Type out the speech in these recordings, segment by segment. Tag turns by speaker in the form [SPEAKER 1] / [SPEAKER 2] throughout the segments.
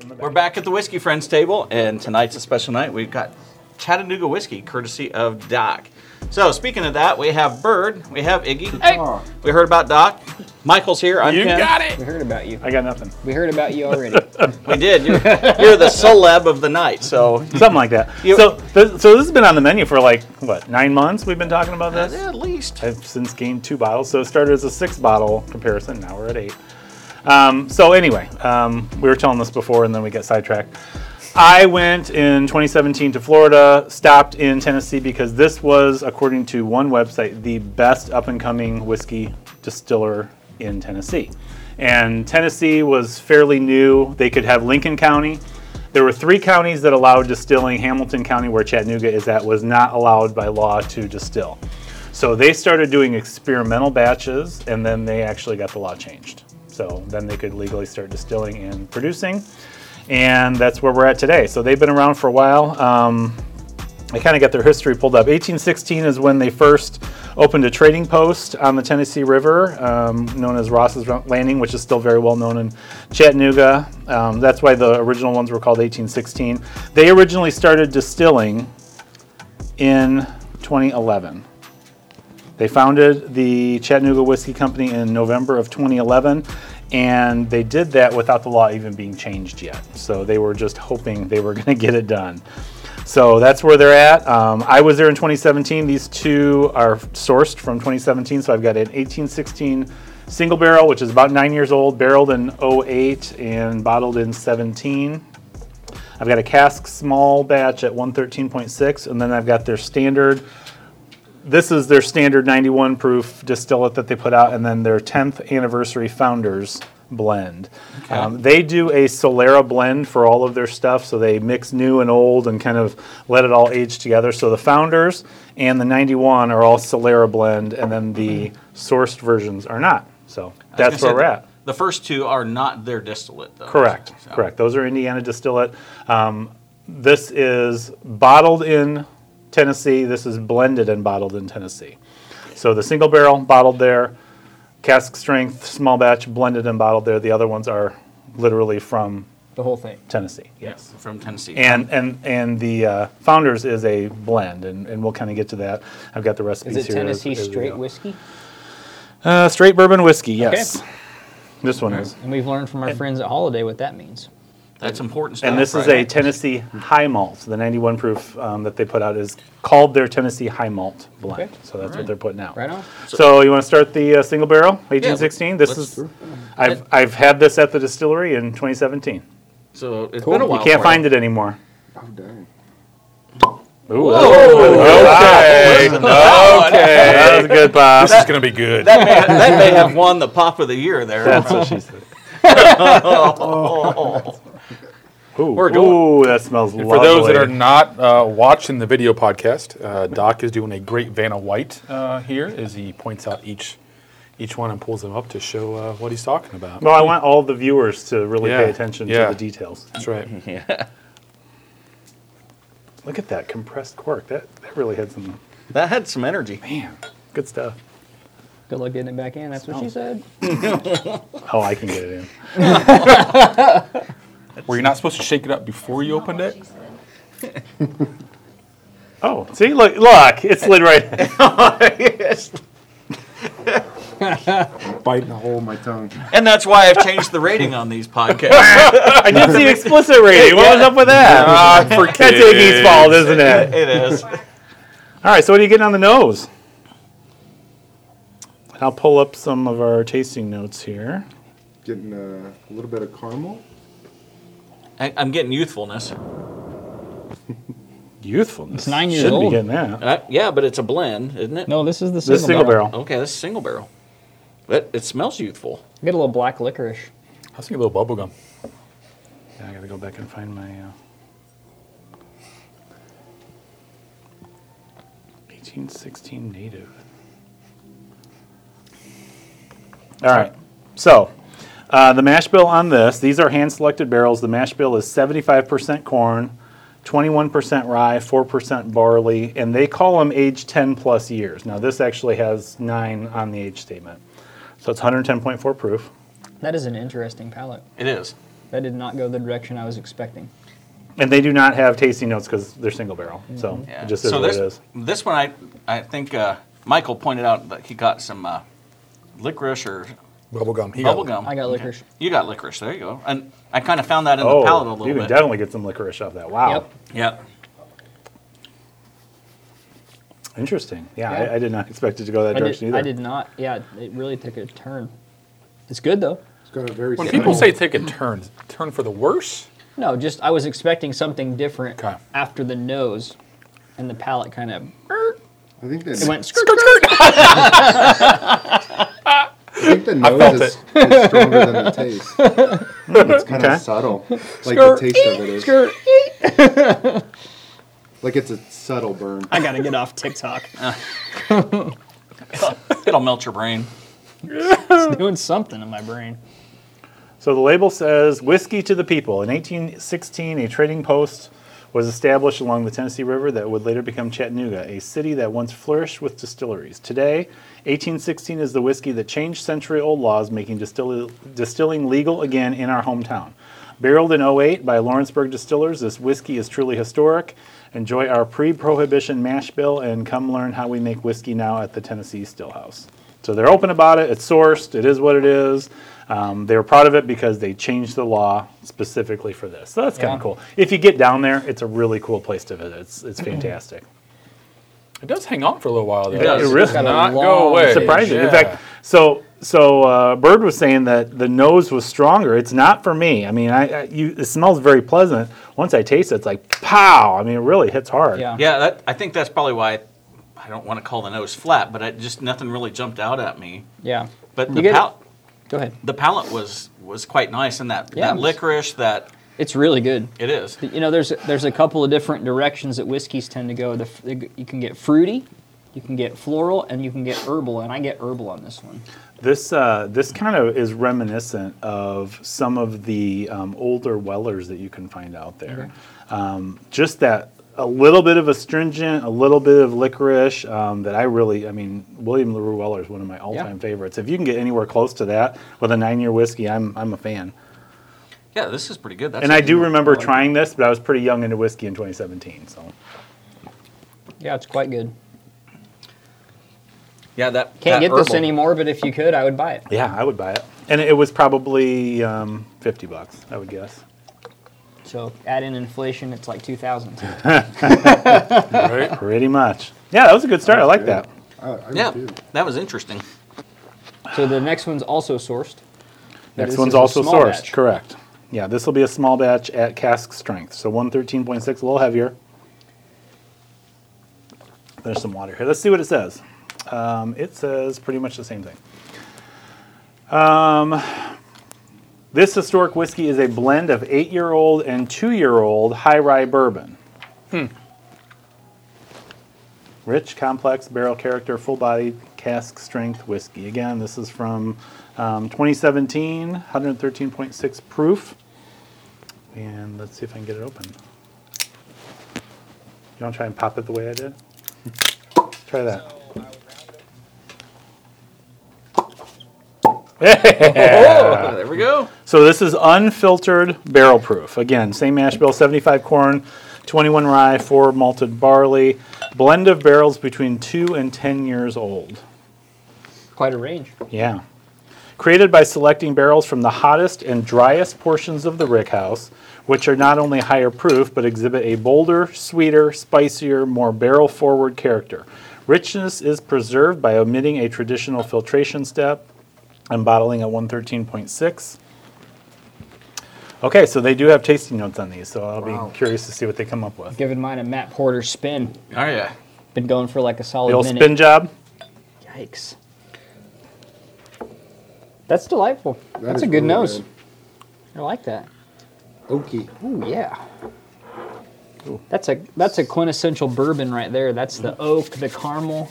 [SPEAKER 1] the back.
[SPEAKER 2] We're back at the Whiskey Friends table, and tonight's a special night. We've got Chattanooga whiskey, courtesy of Doc. So, speaking of that, we have Bird, we have Iggy,
[SPEAKER 3] Hey,
[SPEAKER 1] Oh,
[SPEAKER 2] we heard about Doc. Michael's here. I'm
[SPEAKER 3] you
[SPEAKER 2] Ken.
[SPEAKER 3] got it.
[SPEAKER 1] we heard about you.
[SPEAKER 4] I got nothing.
[SPEAKER 1] We heard about you already.
[SPEAKER 2] We did. You're, you're the celeb of the night. So,
[SPEAKER 4] Something like that.
[SPEAKER 2] You-
[SPEAKER 4] so, this, so this has been on the menu for like what nine months? We've been talking about this.
[SPEAKER 2] at least.
[SPEAKER 4] I've since gained two bottles. So it started as a six bottle comparison. Now we're at eight. Um, so anyway, um, we were telling this before, and then we get sidetracked. I went in 2017 to Florida, stopped in Tennessee because this was, according to one website, the best up and coming whiskey distiller in Tennessee. And Tennessee was fairly new. They could have Lincoln County. There were three counties that allowed distilling. Hamilton County, where Chattanooga is at, was not allowed by law to distill. So they started doing experimental batches, and then they actually got the law changed. So then they could legally start distilling and producing, and that's where we're at today. So they've been around for a while. Um, I kind of got their history pulled up. 1816 is when they first opened a trading post on the Tennessee River, um, known as Ross's Landing, which is still very well known in Chattanooga. Um, that's why the original ones were called 1816. They originally started distilling in 2011. They founded the Chattanooga Whiskey Company in November of 2011, and they did that without the law even being changed yet. So they were just hoping they were going to get it done. So that's where they're at. Um, I was there in 2017. These two are sourced from 2017. So I've got an 1816 single barrel, which is about nine years old, barreled in 08 and bottled in 17. I've got a cask small batch at 113.6, and then I've got their standard this is their standard 91 proof distillate that they put out, and then their 10th anniversary founders blend. Um, they do a Solera blend for all of their stuff, so they mix new and old and kind of let it all age together. So the founders and the 91 are all Solera blend, and then the sourced versions are not. So that's where we're at.
[SPEAKER 2] The first two are not their distillate, though.
[SPEAKER 4] Correct,
[SPEAKER 2] So-
[SPEAKER 4] correct. Those are Indiana distillate. Um, this is bottled in Tennessee. This is blended and bottled in Tennessee. So the single barrel bottled there, cask strength, small batch blended and bottled there. The other ones are literally from
[SPEAKER 1] the whole thing.
[SPEAKER 4] Tennessee.
[SPEAKER 2] Yes, from Tennessee.
[SPEAKER 4] And and and the uh, founders is a blend, and, and we'll kind of get to that. I've got the recipes
[SPEAKER 1] Is it
[SPEAKER 4] here. as-
[SPEAKER 1] Tennessee
[SPEAKER 4] as we
[SPEAKER 1] straight
[SPEAKER 4] go.
[SPEAKER 1] whiskey?
[SPEAKER 4] Uh, straight bourbon whiskey. Yes. This one is.
[SPEAKER 1] And we've learned from our friends at Holiday what that means.
[SPEAKER 2] That's important stuff.
[SPEAKER 4] And this is a
[SPEAKER 2] right?
[SPEAKER 4] Tennessee High Malt. So the 91 proof um, that they put out is called their Tennessee High Malt blend.
[SPEAKER 1] Okay.
[SPEAKER 4] So that's what they're putting out.
[SPEAKER 1] Right on.
[SPEAKER 4] So, you want to start the uh, single barrel, 1816? this
[SPEAKER 2] let's-
[SPEAKER 4] is. I've, I've had this at the distillery in 2017.
[SPEAKER 2] So it's
[SPEAKER 1] Cool.
[SPEAKER 2] been a
[SPEAKER 1] You
[SPEAKER 2] while.
[SPEAKER 4] You can't
[SPEAKER 2] for
[SPEAKER 4] find it anymore.
[SPEAKER 5] Oh, dang.
[SPEAKER 4] Ooh, that was-
[SPEAKER 6] Okay. Okay.
[SPEAKER 4] that was good, Bob.
[SPEAKER 6] This is going to be good.
[SPEAKER 2] That may, have, that may have won the pop of the year there.
[SPEAKER 4] That's what she said. Ooh,
[SPEAKER 2] We're going-
[SPEAKER 4] ooh, that smells
[SPEAKER 6] And
[SPEAKER 4] lovely.
[SPEAKER 6] For those that are not uh, watching the video podcast, uh, Doc is doing a great Vanna White uh, here as he points out each each one and pulls them up to show uh, what he's talking about.
[SPEAKER 4] well, I want all the viewers to really
[SPEAKER 6] Yeah,
[SPEAKER 4] pay attention
[SPEAKER 6] yeah.
[SPEAKER 4] to the details.
[SPEAKER 6] That's right.
[SPEAKER 4] Look at that compressed cork. That that really had some
[SPEAKER 2] That had some energy.
[SPEAKER 4] good stuff.
[SPEAKER 1] Good luck getting it back in. That's what she said.
[SPEAKER 4] Oh, I can get it in.
[SPEAKER 6] Were you not supposed to shake it up before you opened it?
[SPEAKER 4] Oh, see, look, look, it slid right. in.
[SPEAKER 5] Biting a hole in my tongue.
[SPEAKER 2] And that's why I've changed the rating on these podcasts.
[SPEAKER 4] I did see explicit rating. What was up with that?
[SPEAKER 6] I forget.
[SPEAKER 4] That's Iggy's fault, isn't it?
[SPEAKER 2] it is.
[SPEAKER 4] All right, so what are you getting on the nose? And I'll pull up some of our tasting notes here.
[SPEAKER 5] Getting uh, a little bit of caramel.
[SPEAKER 2] I, I'm getting youthfulness.
[SPEAKER 4] Youthfulness.
[SPEAKER 1] It's nine years
[SPEAKER 4] Shouldn't
[SPEAKER 1] old.
[SPEAKER 4] be getting that.
[SPEAKER 2] Uh, yeah, but it's a blend, isn't it?
[SPEAKER 1] No, this is the single,
[SPEAKER 4] This single barrel.
[SPEAKER 2] Okay, that's single barrel. It, it smells youthful.
[SPEAKER 1] Get a little black licorice.
[SPEAKER 6] I was thinking a little bubblegum.
[SPEAKER 4] Yeah, I gotta go back and find my. Uh, 1816 native. All right. So, uh, the mash bill on this, these are hand selected barrels. The mash bill is 75% corn, 21% rye, 4% barley, and they call them age 10 plus years. Now, this actually has nine on the age statement. So, it's 110.4 proof.
[SPEAKER 1] That is an interesting palate.
[SPEAKER 2] It is.
[SPEAKER 1] That did not go the direction I was expecting.
[SPEAKER 4] And they do not have tasting notes because they're single barrel. So
[SPEAKER 2] Yeah.
[SPEAKER 4] it just is
[SPEAKER 2] so
[SPEAKER 4] what
[SPEAKER 2] this,
[SPEAKER 4] it is.
[SPEAKER 2] This one, I I think uh, Michael pointed out that he got some uh, licorice or
[SPEAKER 6] Bubblegum. He got
[SPEAKER 2] bubble gum.
[SPEAKER 1] I got
[SPEAKER 2] Okay.
[SPEAKER 1] licorice.
[SPEAKER 2] You got licorice. There you go. And I kind of found that in the palate a
[SPEAKER 4] Oh,
[SPEAKER 2] little
[SPEAKER 4] you can
[SPEAKER 2] bit.
[SPEAKER 4] definitely get some licorice off that. Wow.
[SPEAKER 1] Yep.
[SPEAKER 2] Yep.
[SPEAKER 4] Interesting. Yeah,
[SPEAKER 1] Yeah.
[SPEAKER 4] I, I did not expect it to go that
[SPEAKER 1] I
[SPEAKER 4] direction
[SPEAKER 1] did,
[SPEAKER 4] either.
[SPEAKER 1] I did not. Yeah, it really took a turn. It's good though.
[SPEAKER 5] It's got a very.
[SPEAKER 6] When
[SPEAKER 5] subtle-
[SPEAKER 6] people say take a turn, turn for the worse.
[SPEAKER 1] No, just I was expecting something different
[SPEAKER 6] Okay.
[SPEAKER 1] after the nose, and the palate kind of
[SPEAKER 5] I think
[SPEAKER 1] it
[SPEAKER 5] that
[SPEAKER 1] went.
[SPEAKER 5] I think the
[SPEAKER 6] I
[SPEAKER 5] nose
[SPEAKER 6] felt
[SPEAKER 5] is, is stronger than the taste. it's kind of
[SPEAKER 4] Okay.
[SPEAKER 5] subtle, like
[SPEAKER 1] Skirt.
[SPEAKER 5] the taste of it is.
[SPEAKER 1] Skirt.
[SPEAKER 5] Like it's a subtle burn.
[SPEAKER 1] I gotta get off TikTok.
[SPEAKER 2] It'll melt your brain.
[SPEAKER 1] It's doing something in my brain.
[SPEAKER 4] So the label says whiskey to the people. In 1816, a trading post was established along the Tennessee River that would later become Chattanooga, a city that once flourished with distilleries. Today, 1816 is the whiskey that changed century old laws, making distill- distilling legal again in our hometown. Barreled in 08 by Lawrenceburg Distillers, this whiskey is truly historic. Enjoy our pre prohibition mash bill and come learn how we make whiskey now at the Tennessee Stillhouse. So they're open about it. It's sourced. It is what it is. Um, they were proud of it because they changed the law specifically for this. So that's kind of
[SPEAKER 1] Yeah.
[SPEAKER 4] cool. If you get down there, it's a really cool place to visit. It's, it's
[SPEAKER 1] Mm-hmm.
[SPEAKER 4] fantastic.
[SPEAKER 6] It does hang on for a little while. Though.
[SPEAKER 2] It does. It
[SPEAKER 4] really-
[SPEAKER 6] does not
[SPEAKER 1] Got a
[SPEAKER 6] go away.
[SPEAKER 1] long-
[SPEAKER 4] Surprising. In
[SPEAKER 6] Yeah.
[SPEAKER 4] fact, so so uh, Bird was saying that the nose was stronger. It's not for me. I mean, I, I you it smells very pleasant. Once I taste it, it's like pow. I mean, it really hits hard.
[SPEAKER 1] Yeah.
[SPEAKER 2] Yeah, that, I think that's probably why I, I don't want to call the nose flat, but it just nothing really jumped out at me.
[SPEAKER 1] Yeah.
[SPEAKER 2] But
[SPEAKER 1] You
[SPEAKER 2] the
[SPEAKER 1] get it?
[SPEAKER 2] palate,
[SPEAKER 1] Go ahead.
[SPEAKER 2] the palate was was quite nice, and that
[SPEAKER 1] Yeah,
[SPEAKER 2] that
[SPEAKER 1] it was-
[SPEAKER 2] licorice that
[SPEAKER 1] It's really good.
[SPEAKER 2] it is.
[SPEAKER 1] You know, there's there's a couple of different directions that whiskeys tend to go. The, f- the, you can get fruity, you can get floral, and you can get herbal. And I get herbal on this one.
[SPEAKER 4] This uh, this kind of is reminiscent of some of the um, older Wellers that you can find out there. Um, just that a little bit of astringent, a little bit of licorice um, that I really, I mean, William LaRue Weller is one of my all time favorites. If you can get anywhere close to that with a nine year whiskey, I'm I'm a fan.
[SPEAKER 2] Yeah, this is pretty good. That's
[SPEAKER 4] and I
[SPEAKER 2] something
[SPEAKER 4] do
[SPEAKER 2] that-
[SPEAKER 4] remember trying this, but I was pretty young into whiskey in 2017. So
[SPEAKER 1] Yeah, it's quite good.
[SPEAKER 2] Yeah, that that
[SPEAKER 1] Can't get this
[SPEAKER 2] herbal.
[SPEAKER 1] anymore, but if you could, I would buy it.
[SPEAKER 4] yeah, I would buy it. And it was probably um, 50 bucks, I would guess.
[SPEAKER 1] So add in inflation, it's like two thousand.
[SPEAKER 6] Right?
[SPEAKER 4] Pretty much. Yeah, that was a good start. I like that.
[SPEAKER 5] Ah, I, I
[SPEAKER 2] Yeah,
[SPEAKER 5] do.
[SPEAKER 2] that was interesting.
[SPEAKER 1] So the next one's also sourced. But
[SPEAKER 4] Next
[SPEAKER 1] this
[SPEAKER 4] one's
[SPEAKER 1] is a
[SPEAKER 4] also
[SPEAKER 1] small
[SPEAKER 4] sourced,
[SPEAKER 1] batch.
[SPEAKER 4] correct. Yeah, this will be a small batch at cask strength. So 113.6, a little heavier. There's some water here. Let's see what it says. Um, it says pretty much the same thing. Um, This historic whiskey is a blend of eight year old and two year old high rye bourbon. Rich, complex, barrel character, full bodied, cask strength whiskey. Again, this is from um, 2017, 113.6 proof. And let's see if I can get it open. You want to try and pop it the way I did? Try that. Uh,
[SPEAKER 2] Oh, there we go.
[SPEAKER 4] So this is unfiltered barrel proof. Again, same mash bill, 75 corn, 21 rye, 4 malted barley, blend of barrels between 2 and 10 years old.
[SPEAKER 1] Quite a range.
[SPEAKER 4] Yeah. Created by selecting barrels from the hottest and driest portions of the rickhouse, which are not only higher proof but exhibit a bolder, sweeter, spicier, more barrel forward character. Richness is preserved by omitting a traditional filtration step and bottling at 113.6. Okay, so they do have tasting notes on these, so I'll be curious to see what they come up with.
[SPEAKER 1] Giving mine a Matt Porter spin.
[SPEAKER 2] Oh yeah.
[SPEAKER 1] Been going for like a solid
[SPEAKER 4] The old
[SPEAKER 1] minute.
[SPEAKER 4] spin job.
[SPEAKER 1] Yikes. That's delightful.
[SPEAKER 5] That
[SPEAKER 1] That's
[SPEAKER 5] is
[SPEAKER 1] a good
[SPEAKER 5] really
[SPEAKER 1] nose.
[SPEAKER 5] good.
[SPEAKER 1] I like that.
[SPEAKER 5] Oaky.
[SPEAKER 1] Ooh, yeah. That's a that's a quintessential bourbon right there. That's the oak, the caramel.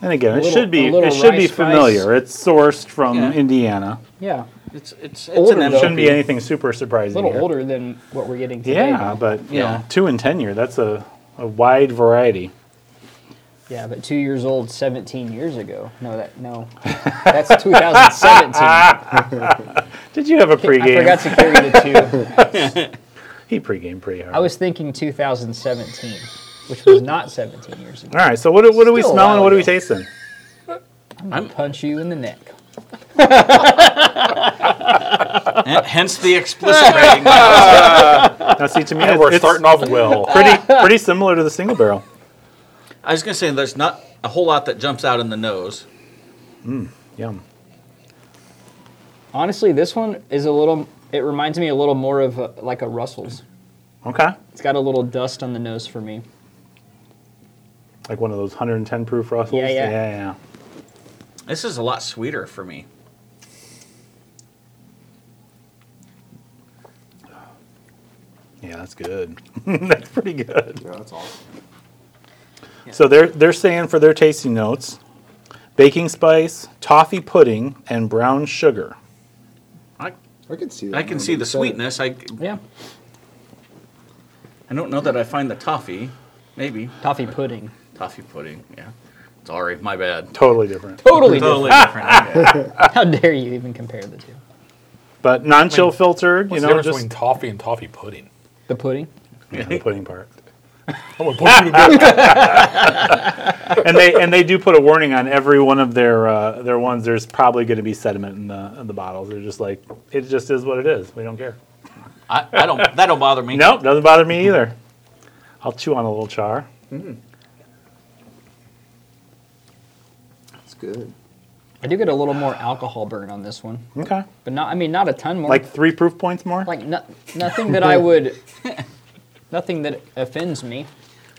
[SPEAKER 4] And again,
[SPEAKER 1] A
[SPEAKER 4] it
[SPEAKER 1] little-
[SPEAKER 4] should be
[SPEAKER 1] a little
[SPEAKER 4] it should be
[SPEAKER 1] rice spice.
[SPEAKER 4] familiar. It's sourced from
[SPEAKER 2] Yeah.
[SPEAKER 4] Indiana.
[SPEAKER 1] Yeah,
[SPEAKER 2] It's it's it's
[SPEAKER 1] Older,
[SPEAKER 2] an
[SPEAKER 1] though.
[SPEAKER 4] Shouldn't be
[SPEAKER 2] MLP.
[SPEAKER 4] anything super surprising.
[SPEAKER 1] a little
[SPEAKER 4] here.
[SPEAKER 1] older than what we're getting today.
[SPEAKER 4] Yeah,
[SPEAKER 1] though.
[SPEAKER 4] but you
[SPEAKER 2] Yeah.
[SPEAKER 4] know, two and ten year, that's a, a wide variety.
[SPEAKER 1] yeah, but two years old, seventeen years ago. No, that no, that's 2017.
[SPEAKER 4] Did you have a
[SPEAKER 1] I
[SPEAKER 4] pregame?
[SPEAKER 1] forgot to carry the two.
[SPEAKER 4] he pregamed pretty hard.
[SPEAKER 1] I was thinking 2017, which was not 17 years ago.
[SPEAKER 4] All right, so what, are- what are we
[SPEAKER 1] Still a
[SPEAKER 4] smelling?
[SPEAKER 1] while
[SPEAKER 4] What are we
[SPEAKER 1] ago.
[SPEAKER 4] tasting?
[SPEAKER 1] I'm punch you in the neck.
[SPEAKER 2] H- Hence the explicit rating.
[SPEAKER 4] Now, see, to me,
[SPEAKER 6] And
[SPEAKER 4] it-
[SPEAKER 6] we're
[SPEAKER 4] it's
[SPEAKER 6] starting off well.
[SPEAKER 4] pretty pretty similar to the single barrel.
[SPEAKER 2] I was going to say there's not a whole lot that jumps out in the nose.
[SPEAKER 4] Yum.
[SPEAKER 1] Honestly, this one is a little. It reminds me a little more of a, like a Russell's.
[SPEAKER 4] Okay,
[SPEAKER 1] It's got a little dust on the nose for me.
[SPEAKER 4] like one of those 110 proof Russells.
[SPEAKER 1] Yeah, yeah.
[SPEAKER 4] yeah, yeah.
[SPEAKER 2] This is a lot sweeter for me.
[SPEAKER 4] Yeah, that's good. that's pretty good.
[SPEAKER 5] Yeah, that's awesome.
[SPEAKER 4] So they're they're saying for their tasting notes, baking spice, toffee pudding, and brown sugar.
[SPEAKER 2] I,
[SPEAKER 5] I can see that.
[SPEAKER 2] I can
[SPEAKER 5] now
[SPEAKER 2] see
[SPEAKER 5] that
[SPEAKER 2] the
[SPEAKER 5] you said it.
[SPEAKER 2] sweetness. I,
[SPEAKER 1] Yeah,
[SPEAKER 2] I don't know that I find the toffee. Maybe
[SPEAKER 1] toffee pudding.
[SPEAKER 2] toffee pudding. Yeah. Sorry, my bad.
[SPEAKER 4] Totally different.
[SPEAKER 1] Totally.
[SPEAKER 2] Totally different.
[SPEAKER 1] different. How dare you even compare the two?
[SPEAKER 4] But non-chill filtered, you
[SPEAKER 6] What's the
[SPEAKER 4] know,
[SPEAKER 6] difference
[SPEAKER 4] just
[SPEAKER 6] between toffee and toffee pudding?
[SPEAKER 1] The pudding.
[SPEAKER 4] yeah, the pudding part.
[SPEAKER 6] I'm gonna put you to bed.
[SPEAKER 4] And they and they do put a warning on every one of their uh, their ones. There's probably going to be sediment in the in the bottles. They're just like it just is what it is. We don't care.
[SPEAKER 2] I, I don't. That don't bother me.
[SPEAKER 4] Nope, doesn't bother me either. I'll chew on a little char.
[SPEAKER 5] That's good.
[SPEAKER 1] I do get a little more alcohol burn on this one,
[SPEAKER 4] Okay,
[SPEAKER 1] but not. I mean, not a ton more.
[SPEAKER 4] like three proof points more.
[SPEAKER 1] like no, nothing that I would. nothing that offends me.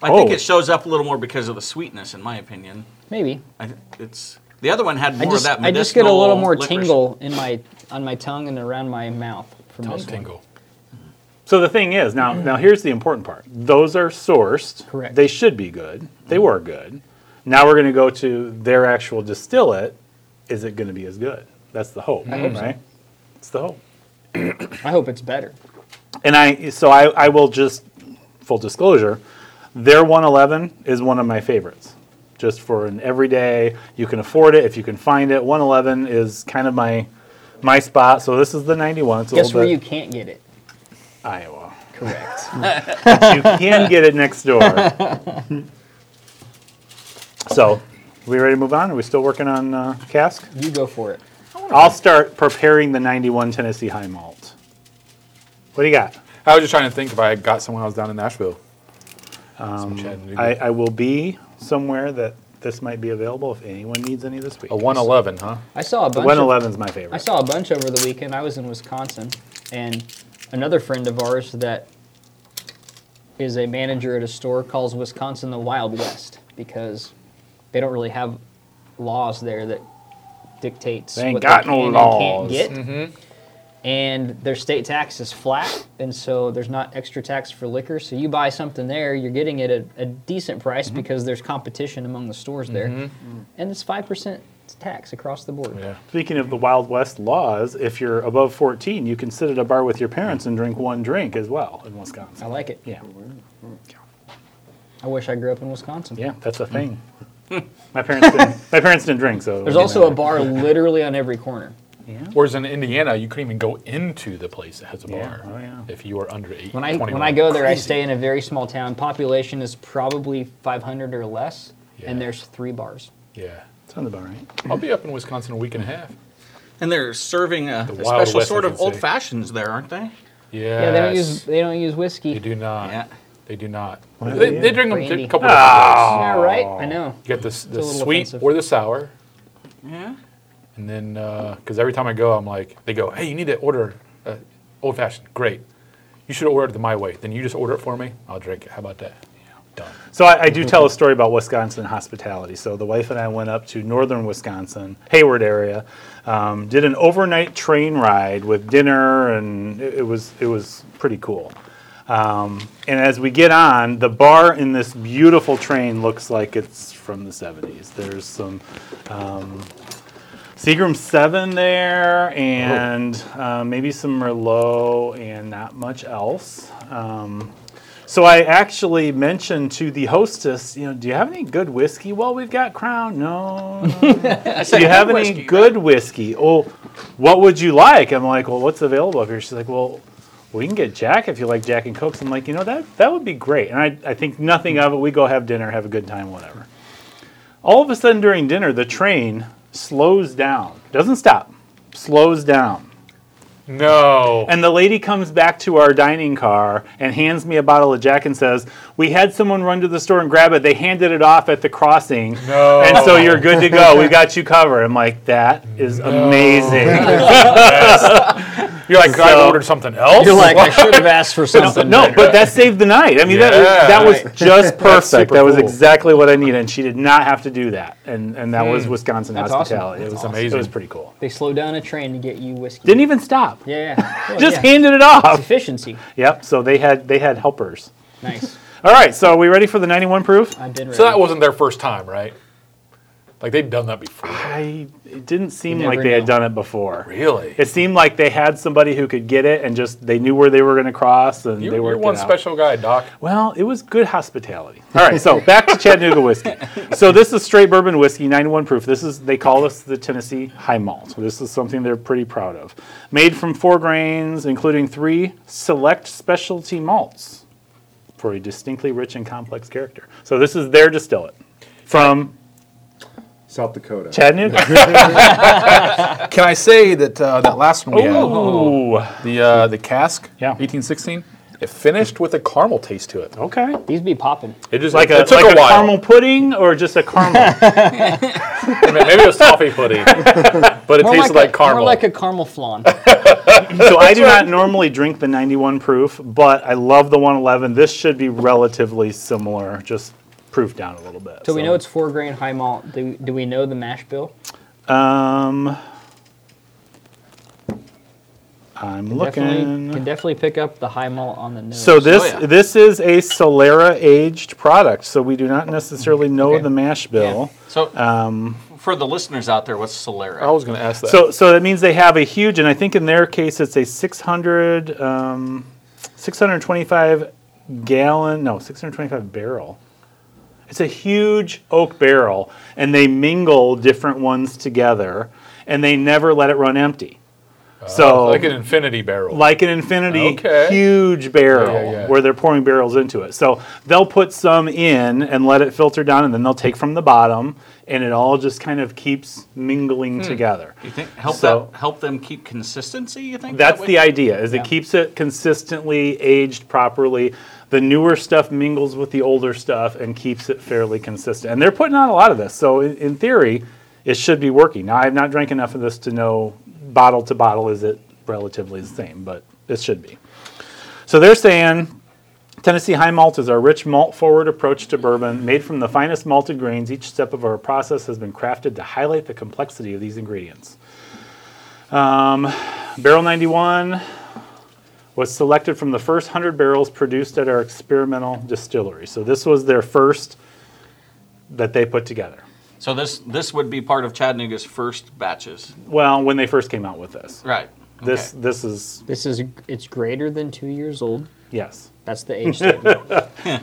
[SPEAKER 2] I think
[SPEAKER 4] Oh.
[SPEAKER 2] it shows up a little more because of the sweetness, in my opinion.
[SPEAKER 1] Maybe.
[SPEAKER 2] I, th- it's the other one had
[SPEAKER 1] I
[SPEAKER 2] more
[SPEAKER 1] just
[SPEAKER 2] of that.
[SPEAKER 1] I just get a
[SPEAKER 2] medicinal
[SPEAKER 1] little more
[SPEAKER 2] licorice.
[SPEAKER 1] tingle in my on my tongue and around my mouth from
[SPEAKER 6] Tongue
[SPEAKER 1] this one.
[SPEAKER 6] tingle.
[SPEAKER 4] So the thing is, now now here's the important part. Those are sourced.
[SPEAKER 1] Correct.
[SPEAKER 4] They should be good. They were good. Now we're going to go to their actual distillate. Is it going to be as good? That's the hope, right? It's the hope.
[SPEAKER 1] I hope it's better.
[SPEAKER 4] And I so I, I will just full disclosure, their 111 is one of my favorites. Just for an everyday, you can afford it if you can find it. 111 is kind of my my spot. So this is the 91. It's a
[SPEAKER 1] Guess
[SPEAKER 4] little
[SPEAKER 1] where
[SPEAKER 4] bit
[SPEAKER 1] you can't get it.
[SPEAKER 4] Iowa.
[SPEAKER 1] Correct.
[SPEAKER 4] you can get it next door. so, we ready to move on? Are we still working on uh, cask?
[SPEAKER 1] you go for it.
[SPEAKER 4] I'll start preparing the 91 Tennessee High Malt. What do you got?
[SPEAKER 6] I was just trying to think if I got someone I was down in Nashville. Some Chattanooga.
[SPEAKER 4] Um, I, I will be somewhere that this might be available if anyone needs any this week.
[SPEAKER 6] a 111, huh?
[SPEAKER 1] I saw a
[SPEAKER 4] The
[SPEAKER 1] bunch. Of,
[SPEAKER 4] 111 is my
[SPEAKER 1] I
[SPEAKER 4] favorite.
[SPEAKER 1] saw a bunch over the weekend. I was in Wisconsin, and another friend of ours that is a manager at a store calls Wisconsin the Wild West because they don't really have laws there that dictates
[SPEAKER 4] They ain't
[SPEAKER 1] what
[SPEAKER 4] got
[SPEAKER 1] they
[SPEAKER 4] no
[SPEAKER 1] can
[SPEAKER 4] laws.
[SPEAKER 1] and can't get. And their state tax is flat, and so there's not extra tax for liquor. So you buy something there, you're getting it at a decent price because there's competition among the stores there, and it's five percent tax across the board.
[SPEAKER 6] Yeah.
[SPEAKER 4] Speaking of the Wild West laws, if you're above 14, you can sit at a bar with your parents and drink one drink as well in
[SPEAKER 1] I
[SPEAKER 4] Wisconsin.
[SPEAKER 1] like it.
[SPEAKER 4] Yeah.
[SPEAKER 1] I wish I grew up in Wisconsin.
[SPEAKER 4] Yeah, that's
[SPEAKER 6] Mm.
[SPEAKER 4] a thing. my parents didn't, my parents didn't drink, so it
[SPEAKER 1] There's
[SPEAKER 4] wouldn't
[SPEAKER 1] also a
[SPEAKER 4] matter.
[SPEAKER 1] bar literally on every corner.
[SPEAKER 6] Whereas in Indiana, you couldn't even go into the place that has a
[SPEAKER 4] Yeah,
[SPEAKER 6] bar
[SPEAKER 4] oh, yeah.
[SPEAKER 6] if you were under eight.
[SPEAKER 1] When I
[SPEAKER 6] 21.
[SPEAKER 1] when I go there, I
[SPEAKER 6] Crazy.
[SPEAKER 1] stay in a very small town. Population is probably 500 or less, and
[SPEAKER 6] Yeah.
[SPEAKER 1] there's three bars.
[SPEAKER 6] Yeah,
[SPEAKER 4] Sounds about right.
[SPEAKER 6] I'll be up in Wisconsin in a week and a half.
[SPEAKER 2] And they're serving a, a
[SPEAKER 6] Wild
[SPEAKER 2] special
[SPEAKER 6] West, I
[SPEAKER 2] sort
[SPEAKER 6] should
[SPEAKER 2] of
[SPEAKER 6] say.
[SPEAKER 2] old fashions there, aren't they?
[SPEAKER 1] Yeah,
[SPEAKER 6] Yeah.
[SPEAKER 1] they don't use they don't use whiskey.
[SPEAKER 6] They do not.
[SPEAKER 2] Yeah.
[SPEAKER 6] They do not.
[SPEAKER 4] do
[SPEAKER 6] They,
[SPEAKER 4] they
[SPEAKER 6] they
[SPEAKER 4] do?
[SPEAKER 6] drink them
[SPEAKER 1] Brandy.
[SPEAKER 6] a couple of
[SPEAKER 4] Ah.
[SPEAKER 6] ways.
[SPEAKER 1] Yeah, right. I know.
[SPEAKER 6] You get the, s- the
[SPEAKER 1] little
[SPEAKER 6] sweet
[SPEAKER 1] offensive.
[SPEAKER 6] or the sour,
[SPEAKER 2] Yeah.
[SPEAKER 6] and then because every time I go, I'm like, they go, "Hey, you need to order uh, old fashioned. Great. You should order it the my way. Then you just order it for me. I'll drink it. How about that? Yeah, done.
[SPEAKER 4] So I, I do tell a story about Wisconsin hospitality. So the wife and I went up to northern Wisconsin, Hayward area, um, did an overnight train ride with dinner, and it, it was it was pretty cool. Um, and as we get on, the bar in this beautiful train looks like it's from the 70s. There's some um, Seagram 7 there, and uh, maybe some Merlot, and not much else. Um, So I actually mentioned to the hostess, you know, do you have any good whiskey? Well, we've got Crown. No.
[SPEAKER 2] I said,
[SPEAKER 4] do you have
[SPEAKER 2] "Good
[SPEAKER 4] any
[SPEAKER 2] whiskey,
[SPEAKER 4] good whiskey? Oh, what would you like? I'm like, well, what's available up here? She's like, well, we can get Jack if you like Jack and Cokes. I'm like, you know, that that would be great. And I, I think nothing of it. We go have dinner, have a good time, whatever. All of a sudden during dinner, the train slows down. Doesn't stop. Slows down.
[SPEAKER 6] No.
[SPEAKER 4] And the lady comes back to our dining car and hands me a bottle of Jack and says, "We had someone run to the store and grab it. They handed it off at the crossing,
[SPEAKER 6] No.
[SPEAKER 4] and so you're good to go. We got you covered." I'm like, "That is amazing."
[SPEAKER 6] You're like, I
[SPEAKER 4] So-
[SPEAKER 6] ordered something else.
[SPEAKER 1] You're like, I should have asked for something.
[SPEAKER 4] no,
[SPEAKER 1] better."
[SPEAKER 4] but that saved the night. I mean,
[SPEAKER 6] Yeah.
[SPEAKER 4] that, that was
[SPEAKER 6] Right.
[SPEAKER 4] just perfect.
[SPEAKER 6] super
[SPEAKER 4] That was
[SPEAKER 6] cool.
[SPEAKER 4] exactly what I needed, and she did not have to do that. And and that was Wisconsin
[SPEAKER 1] Mm. That's awesome.
[SPEAKER 4] hospitality.
[SPEAKER 1] That's
[SPEAKER 4] It was It
[SPEAKER 6] amazing.
[SPEAKER 4] was pretty cool.
[SPEAKER 1] they slow down a train to get you whiskey.
[SPEAKER 4] Didn't even stop.
[SPEAKER 1] Yeah, yeah. Well,
[SPEAKER 4] Just
[SPEAKER 1] yeah.
[SPEAKER 4] handed it off.
[SPEAKER 1] efficiency.
[SPEAKER 4] Yep. So they had they had helpers.
[SPEAKER 1] Nice.
[SPEAKER 4] All right. So are we ready for the 91 proof?
[SPEAKER 1] I'm dead ready.
[SPEAKER 6] so that wasn't their first time, right? Like they've done that before.
[SPEAKER 4] I it didn't seem
[SPEAKER 1] You never
[SPEAKER 4] like they had
[SPEAKER 1] know.
[SPEAKER 4] done it before.
[SPEAKER 6] Really?
[SPEAKER 4] It seemed like they had somebody who could get it and just they knew where they were going to cross and
[SPEAKER 6] You,
[SPEAKER 4] they
[SPEAKER 6] are
[SPEAKER 4] worked
[SPEAKER 6] one
[SPEAKER 4] it out.
[SPEAKER 6] special guy, Doc.
[SPEAKER 4] Well, it was good hospitality. All right, so back to Chattanooga whiskey. So this is straight bourbon whiskey, 91 proof. This is they call this the Tennessee High Malt. So this is something they're pretty proud of. Made from four grains, including three select specialty malts, for a distinctly rich and complex character. So this is their distillate from
[SPEAKER 5] South Dakota.
[SPEAKER 4] Chattanooga.
[SPEAKER 6] Can I say that uh, that last one we
[SPEAKER 4] Ooh,
[SPEAKER 6] had, the uh, the cask,
[SPEAKER 4] Yeah.
[SPEAKER 6] 1816, it finished with a caramel taste to it.
[SPEAKER 4] okay.
[SPEAKER 1] These be popping.
[SPEAKER 6] It just
[SPEAKER 4] like
[SPEAKER 6] it,
[SPEAKER 4] a,
[SPEAKER 6] took
[SPEAKER 4] like
[SPEAKER 6] a, while.
[SPEAKER 4] caramel pudding or just a caramel.
[SPEAKER 6] I mean, maybe it was toffee pudding, but it tasted like,
[SPEAKER 1] a,
[SPEAKER 6] caramel.
[SPEAKER 1] More like a caramel flan.
[SPEAKER 4] so I do not normally drink the 91 proof, but I love the 111. This should be relatively similar, just proof down a little bit.
[SPEAKER 1] So we know it's four grain high malt. Do, do we know the mash bill?
[SPEAKER 4] Um, I'm looking.
[SPEAKER 1] Definitely, can definitely pick up the high malt on the nose.
[SPEAKER 4] So this
[SPEAKER 2] Oh, yeah.
[SPEAKER 4] this is a Solera aged product, so we do not necessarily know
[SPEAKER 1] Okay.
[SPEAKER 4] the mash bill.
[SPEAKER 2] So,
[SPEAKER 4] Um,
[SPEAKER 2] for the listeners out there, what's Solera?
[SPEAKER 4] Oh,
[SPEAKER 6] I was going to ask that.
[SPEAKER 4] So, so that means they have a huge, and I think in their case it's a 600, um, 625 gallon, no, 625 barrel. It's a huge oak barrel, and they mingle different ones together, and they never let it run empty. so,
[SPEAKER 6] Oh, um, like an infinity barrel.
[SPEAKER 4] like an infinity
[SPEAKER 6] Okay.
[SPEAKER 4] huge barrel
[SPEAKER 6] Yeah, yeah, yeah.
[SPEAKER 4] where they're pouring barrels into it. So they'll put some in and let it filter down, and then they'll take from the bottom, and it all just kind of keeps mingling
[SPEAKER 6] Hmm.
[SPEAKER 4] together.
[SPEAKER 2] you think help
[SPEAKER 4] So-
[SPEAKER 2] that help them keep consistency? You think
[SPEAKER 4] That's
[SPEAKER 2] that way?
[SPEAKER 4] the idea. Is
[SPEAKER 1] Yeah.
[SPEAKER 4] it keeps it consistently aged properly. The newer stuff mingles with the older stuff and keeps it fairly consistent. And they're putting on a lot of this, so in, in theory, it should be working. Now I've not drank enough of this to know bottle to bottle is it relatively the same, but it should be. So they're saying Tennessee High Malt is our rich malt forward approach to bourbon. Made from the finest malted grains, each step of our process has been crafted to highlight the complexity of these ingredients. Um, barrel 91 was selected from the first 100 barrels produced at our experimental distillery. So this was their first that they put together.
[SPEAKER 2] So this this would be part of Chattanooga's first batches,
[SPEAKER 4] Well, when they first came out with this.
[SPEAKER 2] right?
[SPEAKER 4] This
[SPEAKER 2] Mm-hmm. Okay.
[SPEAKER 4] this is
[SPEAKER 1] This is it's greater than two years old.
[SPEAKER 4] yes.
[SPEAKER 1] That's the age statement.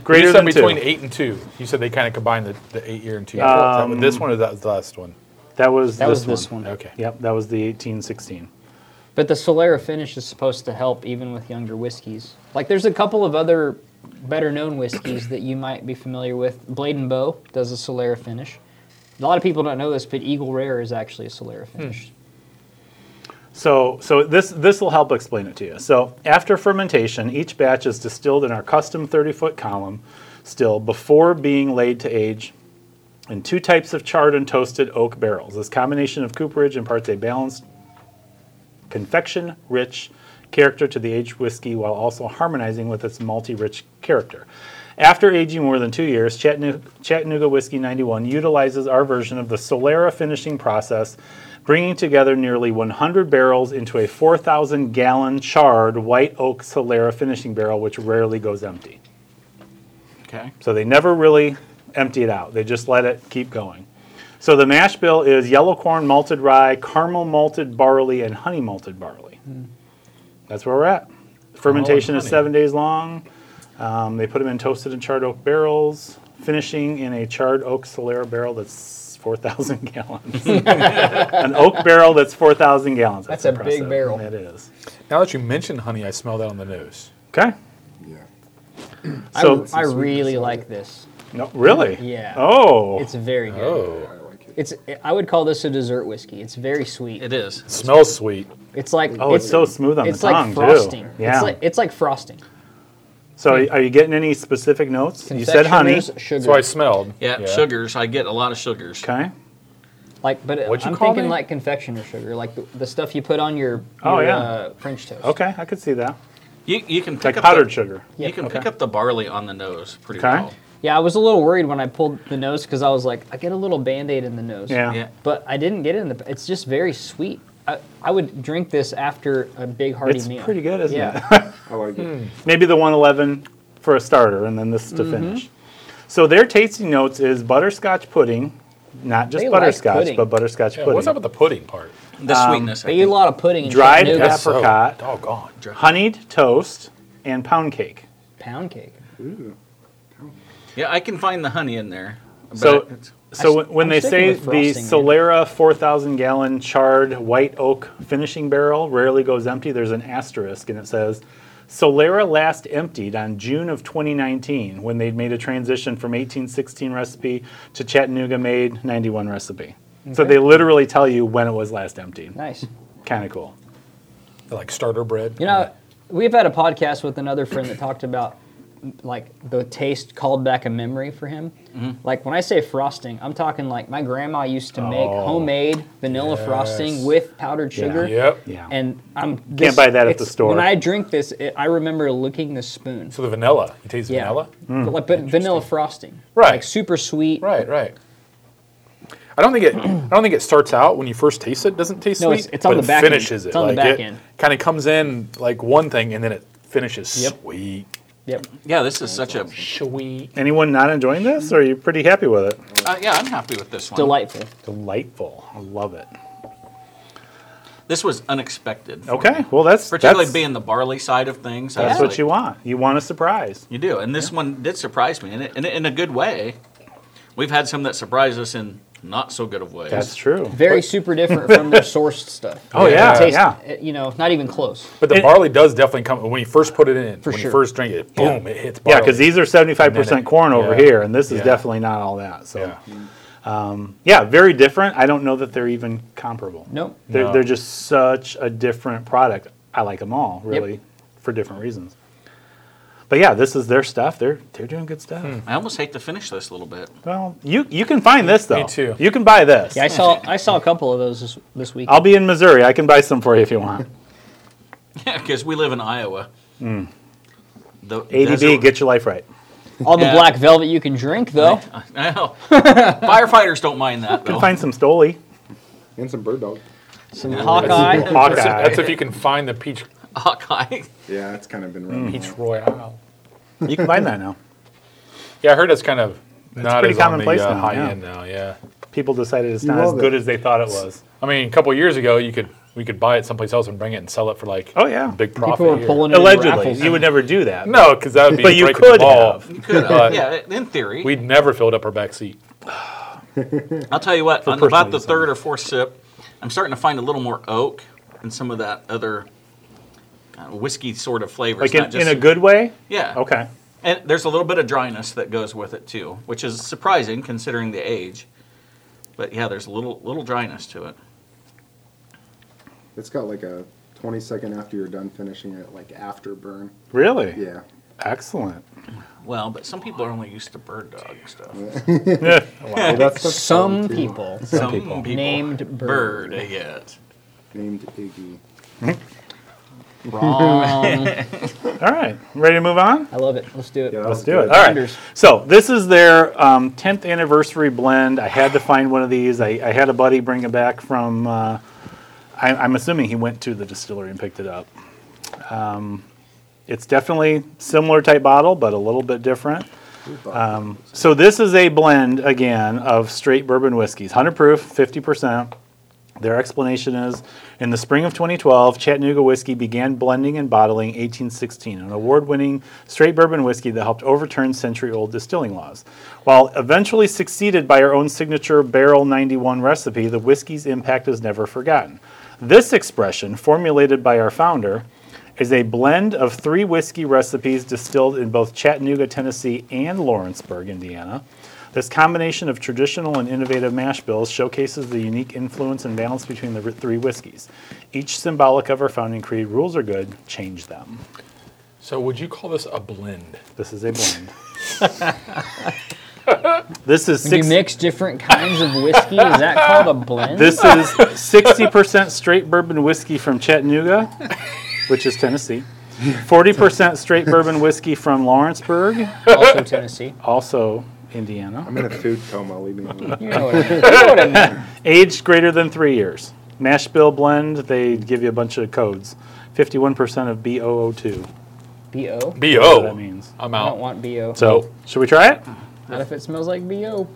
[SPEAKER 4] Greater
[SPEAKER 6] you said
[SPEAKER 4] than
[SPEAKER 6] between
[SPEAKER 4] two.
[SPEAKER 6] eight and two. You said they kind of combined the, the eight year and two year. Is that what- this one or that was the last one?
[SPEAKER 4] That was
[SPEAKER 1] That was
[SPEAKER 4] this
[SPEAKER 1] this one.
[SPEAKER 6] Okay.
[SPEAKER 4] Yep, that was the 1816.
[SPEAKER 1] But the Solera finish is supposed to help even with younger whiskeys. Like there's a couple of other better known whiskeys that you might be familiar with. Blade and Bow does a Solera finish. A lot of people don't know this, but Eagle Rare is actually a Solera
[SPEAKER 4] Hmm.
[SPEAKER 1] finish.
[SPEAKER 4] So, so this this will help explain it to you. So, after fermentation, each batch is distilled in our custom 30-foot column still before being laid to age in two types of charred and toasted oak barrels. This combination of cooperage imparts a balanced, confection-rich character to the aged whiskey while also harmonizing with its malty-rich character. After aging more than two years, Chattanooga, Chattanooga Whiskey 91 utilizes our version of the Solera finishing process, bringing together nearly 100 barrels into a 4,000 gallon charred white oak Solera finishing barrel, which rarely goes empty.
[SPEAKER 2] Okay.
[SPEAKER 4] So they never really empty it out. They just let it keep going. So the mash bill is yellow corn, malted rye, caramel malted barley, and honey malted barley. That's where we're at. Fermentation is
[SPEAKER 6] honey.
[SPEAKER 4] seven days long. Um, they put them in toasted and charred oak barrels, finishing in a charred oak Solera barrel that's 4,000 gallons. An oak barrel that's 4,000 gallons.
[SPEAKER 1] That's a big
[SPEAKER 4] impressive.
[SPEAKER 1] barrel.
[SPEAKER 4] It is.
[SPEAKER 6] Now that you mention honey, I smell that on the nose.
[SPEAKER 4] Okay.
[SPEAKER 5] Yeah.
[SPEAKER 4] So,
[SPEAKER 1] I really like this.
[SPEAKER 4] no, really?
[SPEAKER 1] Yeah.
[SPEAKER 4] Oh.
[SPEAKER 1] It's very good.
[SPEAKER 6] Oh,
[SPEAKER 5] I like it.
[SPEAKER 1] It's I would call this a dessert whiskey. It's very sweet.
[SPEAKER 2] It is.
[SPEAKER 6] smells sweet.
[SPEAKER 1] It's like
[SPEAKER 4] oh, it's, so smooth on
[SPEAKER 1] it's
[SPEAKER 4] the
[SPEAKER 1] like
[SPEAKER 4] tongue,
[SPEAKER 1] frosting.
[SPEAKER 4] too. Yeah.
[SPEAKER 1] It's like it's like frosting.
[SPEAKER 4] so, are you getting any specific notes? You said honey.
[SPEAKER 1] Confectioner's Sugar.
[SPEAKER 6] That's what I smelled.
[SPEAKER 2] Yeah, sugars. I get a lot of sugars.
[SPEAKER 4] Okay.
[SPEAKER 1] Like, but
[SPEAKER 6] What'd you
[SPEAKER 1] I'm
[SPEAKER 6] call
[SPEAKER 1] thinking
[SPEAKER 6] it?
[SPEAKER 1] like confectioner sugar, like the, the stuff you put on your,
[SPEAKER 4] Oh,
[SPEAKER 1] your,
[SPEAKER 4] yeah.
[SPEAKER 1] uh, French toast.
[SPEAKER 4] Okay, I could see that.
[SPEAKER 2] You, you can pick
[SPEAKER 4] Like
[SPEAKER 2] up
[SPEAKER 4] powdered
[SPEAKER 2] the,
[SPEAKER 4] sugar.
[SPEAKER 2] You
[SPEAKER 1] Yeah,
[SPEAKER 2] can
[SPEAKER 4] okay.
[SPEAKER 2] pick up the barley on the nose pretty
[SPEAKER 4] Okay.
[SPEAKER 2] well.
[SPEAKER 1] Yeah, I was a little worried when I pulled the nose because I was like, I get a little band-aid in the nose.
[SPEAKER 4] Yeah.
[SPEAKER 2] Yeah.
[SPEAKER 1] But I didn't get it in the. It's just very sweet. I, I would drink this after a big hearty
[SPEAKER 4] It's
[SPEAKER 1] meal.
[SPEAKER 4] pretty good, isn't it?
[SPEAKER 1] yeah.
[SPEAKER 5] I like
[SPEAKER 1] Hmm.
[SPEAKER 5] it.
[SPEAKER 4] maybe the 111 for a starter and then this to
[SPEAKER 1] Mm-hmm.
[SPEAKER 4] finish. So their tasting notes is butterscotch pudding, not just
[SPEAKER 1] They like
[SPEAKER 4] butterscotch,
[SPEAKER 1] pudding.
[SPEAKER 4] but butterscotch
[SPEAKER 6] Yeah,
[SPEAKER 4] pudding.
[SPEAKER 6] what's up with the pudding part?
[SPEAKER 2] The
[SPEAKER 4] Um,
[SPEAKER 2] sweetness. I
[SPEAKER 1] They eat a
[SPEAKER 2] think.
[SPEAKER 1] lot of pudding. And
[SPEAKER 4] Dried
[SPEAKER 1] Chattanooga.
[SPEAKER 4] pepper- Apricot.
[SPEAKER 6] So, doggone.
[SPEAKER 4] Honeyed toast and pound cake.
[SPEAKER 1] pound cake.
[SPEAKER 5] Ooh.
[SPEAKER 2] Yeah, I can find the honey in there. but
[SPEAKER 4] So-
[SPEAKER 2] it's-
[SPEAKER 4] So
[SPEAKER 1] I s-
[SPEAKER 4] when- when
[SPEAKER 1] I'm
[SPEAKER 4] they
[SPEAKER 1] sticking
[SPEAKER 4] say
[SPEAKER 1] with
[SPEAKER 4] the
[SPEAKER 1] frosting,
[SPEAKER 4] Solera 4,000 gallon charred white oak finishing barrel rarely goes empty, there's an asterisk and it says Solera last emptied on June of 2019 when they'd made a transition from 1816 recipe to Chattanooga made 91 recipe. So
[SPEAKER 1] Okay.
[SPEAKER 4] they literally tell you when it was last emptied.
[SPEAKER 1] Nice.
[SPEAKER 4] Kind of cool.
[SPEAKER 6] Like starter bread.
[SPEAKER 1] You know, we've had a podcast with another friend that talked about like the taste called back a memory for him.
[SPEAKER 6] Mm-hmm.
[SPEAKER 1] Like when I say frosting, I'm talking like my grandma used to make
[SPEAKER 6] Oh,
[SPEAKER 1] homemade vanilla
[SPEAKER 6] yes.
[SPEAKER 1] frosting with powdered sugar.
[SPEAKER 6] Yep.
[SPEAKER 4] Yeah.
[SPEAKER 1] And I'm this-
[SPEAKER 4] buy that at the
[SPEAKER 1] it's-
[SPEAKER 4] store.
[SPEAKER 1] When I drink this, it, I remember licking the spoon.
[SPEAKER 6] So the vanilla. You taste the
[SPEAKER 1] yeah,
[SPEAKER 6] vanilla? Hmm.
[SPEAKER 1] but, like, but vanilla frosting,
[SPEAKER 6] Right.
[SPEAKER 1] Like super sweet.
[SPEAKER 6] Right, right. I don't think it. I don't think it starts out when you first taste it. Doesn't taste
[SPEAKER 1] No,
[SPEAKER 6] sweet.
[SPEAKER 1] it's- it's on
[SPEAKER 6] but
[SPEAKER 1] the back end.
[SPEAKER 6] it finishes it.
[SPEAKER 1] It's on the
[SPEAKER 6] like
[SPEAKER 1] back
[SPEAKER 6] it
[SPEAKER 1] end.
[SPEAKER 6] Kind of comes in like one thing and then it finishes
[SPEAKER 1] Yep.
[SPEAKER 6] sweet.
[SPEAKER 1] Yep.
[SPEAKER 2] yeah, this is such a.
[SPEAKER 6] Sweet.
[SPEAKER 4] Anyone not enjoying this or are you pretty happy with it?
[SPEAKER 2] Uh, yeah, I'm happy with this one.
[SPEAKER 1] Delightful.
[SPEAKER 4] Delightful. I love it.
[SPEAKER 2] This was unexpected. for me.
[SPEAKER 4] Okay. Well, that's
[SPEAKER 2] Particularly
[SPEAKER 4] that's,
[SPEAKER 2] being the barley side of things. I
[SPEAKER 4] that's
[SPEAKER 2] was
[SPEAKER 4] what
[SPEAKER 2] like-
[SPEAKER 4] you want. You want a surprise.
[SPEAKER 2] You do, and this one did surprise me, and in, in, a good way. We've had some that surprise us in not so good of ways.
[SPEAKER 4] That's true.
[SPEAKER 1] Very super different from their sourced stuff.
[SPEAKER 4] Oh,
[SPEAKER 1] It
[SPEAKER 4] yeah,
[SPEAKER 1] tastes-
[SPEAKER 4] yeah.
[SPEAKER 1] it- You know, not even close.
[SPEAKER 6] But the
[SPEAKER 4] It-
[SPEAKER 6] barley does definitely come when you first put it in.
[SPEAKER 1] For
[SPEAKER 6] when
[SPEAKER 1] sure.
[SPEAKER 6] you first drink it, boom, it hits barley.
[SPEAKER 4] Yeah, because these are seventy-five
[SPEAKER 6] And then it-
[SPEAKER 4] percent corn over
[SPEAKER 6] yeah.
[SPEAKER 4] here, and this is
[SPEAKER 6] Yeah.
[SPEAKER 4] definitely not all that. So,
[SPEAKER 6] Yeah.
[SPEAKER 4] yeah. very different. I don't know that they're even comparable.
[SPEAKER 1] Nope.
[SPEAKER 4] they're,
[SPEAKER 6] No.
[SPEAKER 4] they're just such a different product. I like them all, really, for different reasons. But yeah, this is their stuff. They're they're doing good stuff.
[SPEAKER 6] Hmm.
[SPEAKER 2] I almost hate to finish this a little bit.
[SPEAKER 4] Well, you you can find this though.
[SPEAKER 6] Me too.
[SPEAKER 4] You can buy this.
[SPEAKER 1] Yeah, I saw I saw a couple of those this, this week.
[SPEAKER 4] I'll be in Missouri. I can buy some for you if you want.
[SPEAKER 2] because we live in Iowa.
[SPEAKER 4] Mm.
[SPEAKER 2] The
[SPEAKER 4] ADB,
[SPEAKER 2] desert-
[SPEAKER 4] get your life right.
[SPEAKER 1] All the
[SPEAKER 2] Yeah.
[SPEAKER 1] black velvet you can drink, though.
[SPEAKER 2] I know. Firefighters don't mind that.
[SPEAKER 4] You
[SPEAKER 6] Oh.
[SPEAKER 2] Though.
[SPEAKER 4] can find some Stoli.
[SPEAKER 5] And some bird dog.
[SPEAKER 1] Some Hawkeye.
[SPEAKER 6] That's, if,
[SPEAKER 4] Hawkeye.
[SPEAKER 6] that's if you can find the peach
[SPEAKER 2] Hawkeye.
[SPEAKER 5] Yeah, it's kind of been running.
[SPEAKER 1] Hmm.
[SPEAKER 6] peach royale.
[SPEAKER 4] You can find that now.
[SPEAKER 6] Yeah, I heard that's kind of not
[SPEAKER 4] pretty
[SPEAKER 6] as on
[SPEAKER 4] commonplace
[SPEAKER 6] the uh,
[SPEAKER 4] now,
[SPEAKER 6] high
[SPEAKER 4] yeah.
[SPEAKER 6] end now. Yeah.
[SPEAKER 4] People decided it's
[SPEAKER 5] You
[SPEAKER 4] not as
[SPEAKER 5] love it.
[SPEAKER 4] good as they thought it was.
[SPEAKER 6] I mean, a couple years ago, you could we could buy it someplace else and bring it and sell it for like
[SPEAKER 4] Oh yeah.
[SPEAKER 6] a big profit.
[SPEAKER 1] People were
[SPEAKER 6] here.
[SPEAKER 1] pulling it in
[SPEAKER 4] Allegedly,
[SPEAKER 1] raffles.
[SPEAKER 4] you would never do that.
[SPEAKER 6] No, because that would be
[SPEAKER 4] But you
[SPEAKER 6] breaking the
[SPEAKER 4] could
[SPEAKER 6] law.
[SPEAKER 4] have.
[SPEAKER 2] You could have. yeah, in theory.
[SPEAKER 6] We'd never filled up our back seat.
[SPEAKER 2] I'll tell you what. On
[SPEAKER 4] personal
[SPEAKER 2] about the
[SPEAKER 4] use
[SPEAKER 2] third or fourth sip, I'm starting to find a little more oak and some of that other uh, whiskey sort of flavor.
[SPEAKER 4] Like
[SPEAKER 2] It's
[SPEAKER 4] in,
[SPEAKER 2] not just,
[SPEAKER 4] in a good way?
[SPEAKER 2] Yeah.
[SPEAKER 4] Okay.
[SPEAKER 2] And there's a little bit of dryness that goes with it too, which is surprising considering the age. But yeah, there's a little little dryness to it.
[SPEAKER 5] It's got like a 20 second after you're done finishing it, like afterburn.
[SPEAKER 4] Really?
[SPEAKER 5] Yeah.
[SPEAKER 4] Excellent.
[SPEAKER 2] Well, but some people are only used to bird dog stuff.
[SPEAKER 5] Well, that's the
[SPEAKER 1] Some
[SPEAKER 5] song, too,
[SPEAKER 1] people
[SPEAKER 2] Some
[SPEAKER 4] people.
[SPEAKER 1] named
[SPEAKER 2] bird
[SPEAKER 1] bird.
[SPEAKER 2] yet.
[SPEAKER 5] Named Iggy.
[SPEAKER 1] Wrong.
[SPEAKER 4] All right. Ready to move on?
[SPEAKER 1] I love it. Let's do it.
[SPEAKER 5] Yeah, that
[SPEAKER 4] Let's
[SPEAKER 5] was
[SPEAKER 4] do it.
[SPEAKER 5] good.
[SPEAKER 4] All right.
[SPEAKER 1] Anders.
[SPEAKER 4] So this is their um, 10th anniversary blend. I had to find one of these. I, I had a buddy bring it back from. Uh, I, I'm assuming he went to the distillery and picked it up. Um, it's definitely similar type bottle, but a little bit different. Um, so this is a blend again of straight bourbon whiskeys, 100 proof, 50 percent. Their explanation is In the spring of 2012, Chattanooga Whiskey began blending and bottling 1816, an award winning straight bourbon whiskey that helped overturn century old distilling laws. While eventually succeeded by our own signature Barrel 91 recipe, the whiskey's impact is never forgotten. This expression, formulated by our founder, is a blend of three whiskey recipes distilled in both Chattanooga, Tennessee and Lawrenceburg, Indiana. This combination of traditional and innovative mash bills showcases the unique influence and balance between the three whiskeys. Each symbolic of our founding creed rules are good, change them.
[SPEAKER 6] So, would you call this a blend?
[SPEAKER 4] This is a blend. this is
[SPEAKER 1] When you
[SPEAKER 4] six,
[SPEAKER 1] mix different kinds of whiskey, is that called a blend?
[SPEAKER 4] This is 60% straight bourbon whiskey from Chattanooga, which is Tennessee. 40% straight bourbon whiskey from Lawrenceburg,
[SPEAKER 1] also Tennessee.
[SPEAKER 4] also Indiana.
[SPEAKER 5] I'm in a food coma. Leave me alone.
[SPEAKER 1] You know what I mean.
[SPEAKER 4] Aged greater than three years. Mash bill blend, they give you a bunch of codes. 51% of BOO2.
[SPEAKER 1] BO.
[SPEAKER 6] B.O.
[SPEAKER 4] That means.
[SPEAKER 6] I'm
[SPEAKER 1] I don't
[SPEAKER 6] out.
[SPEAKER 1] want BO.
[SPEAKER 4] Oh. So, should we try it?
[SPEAKER 1] Not if it smells like BO.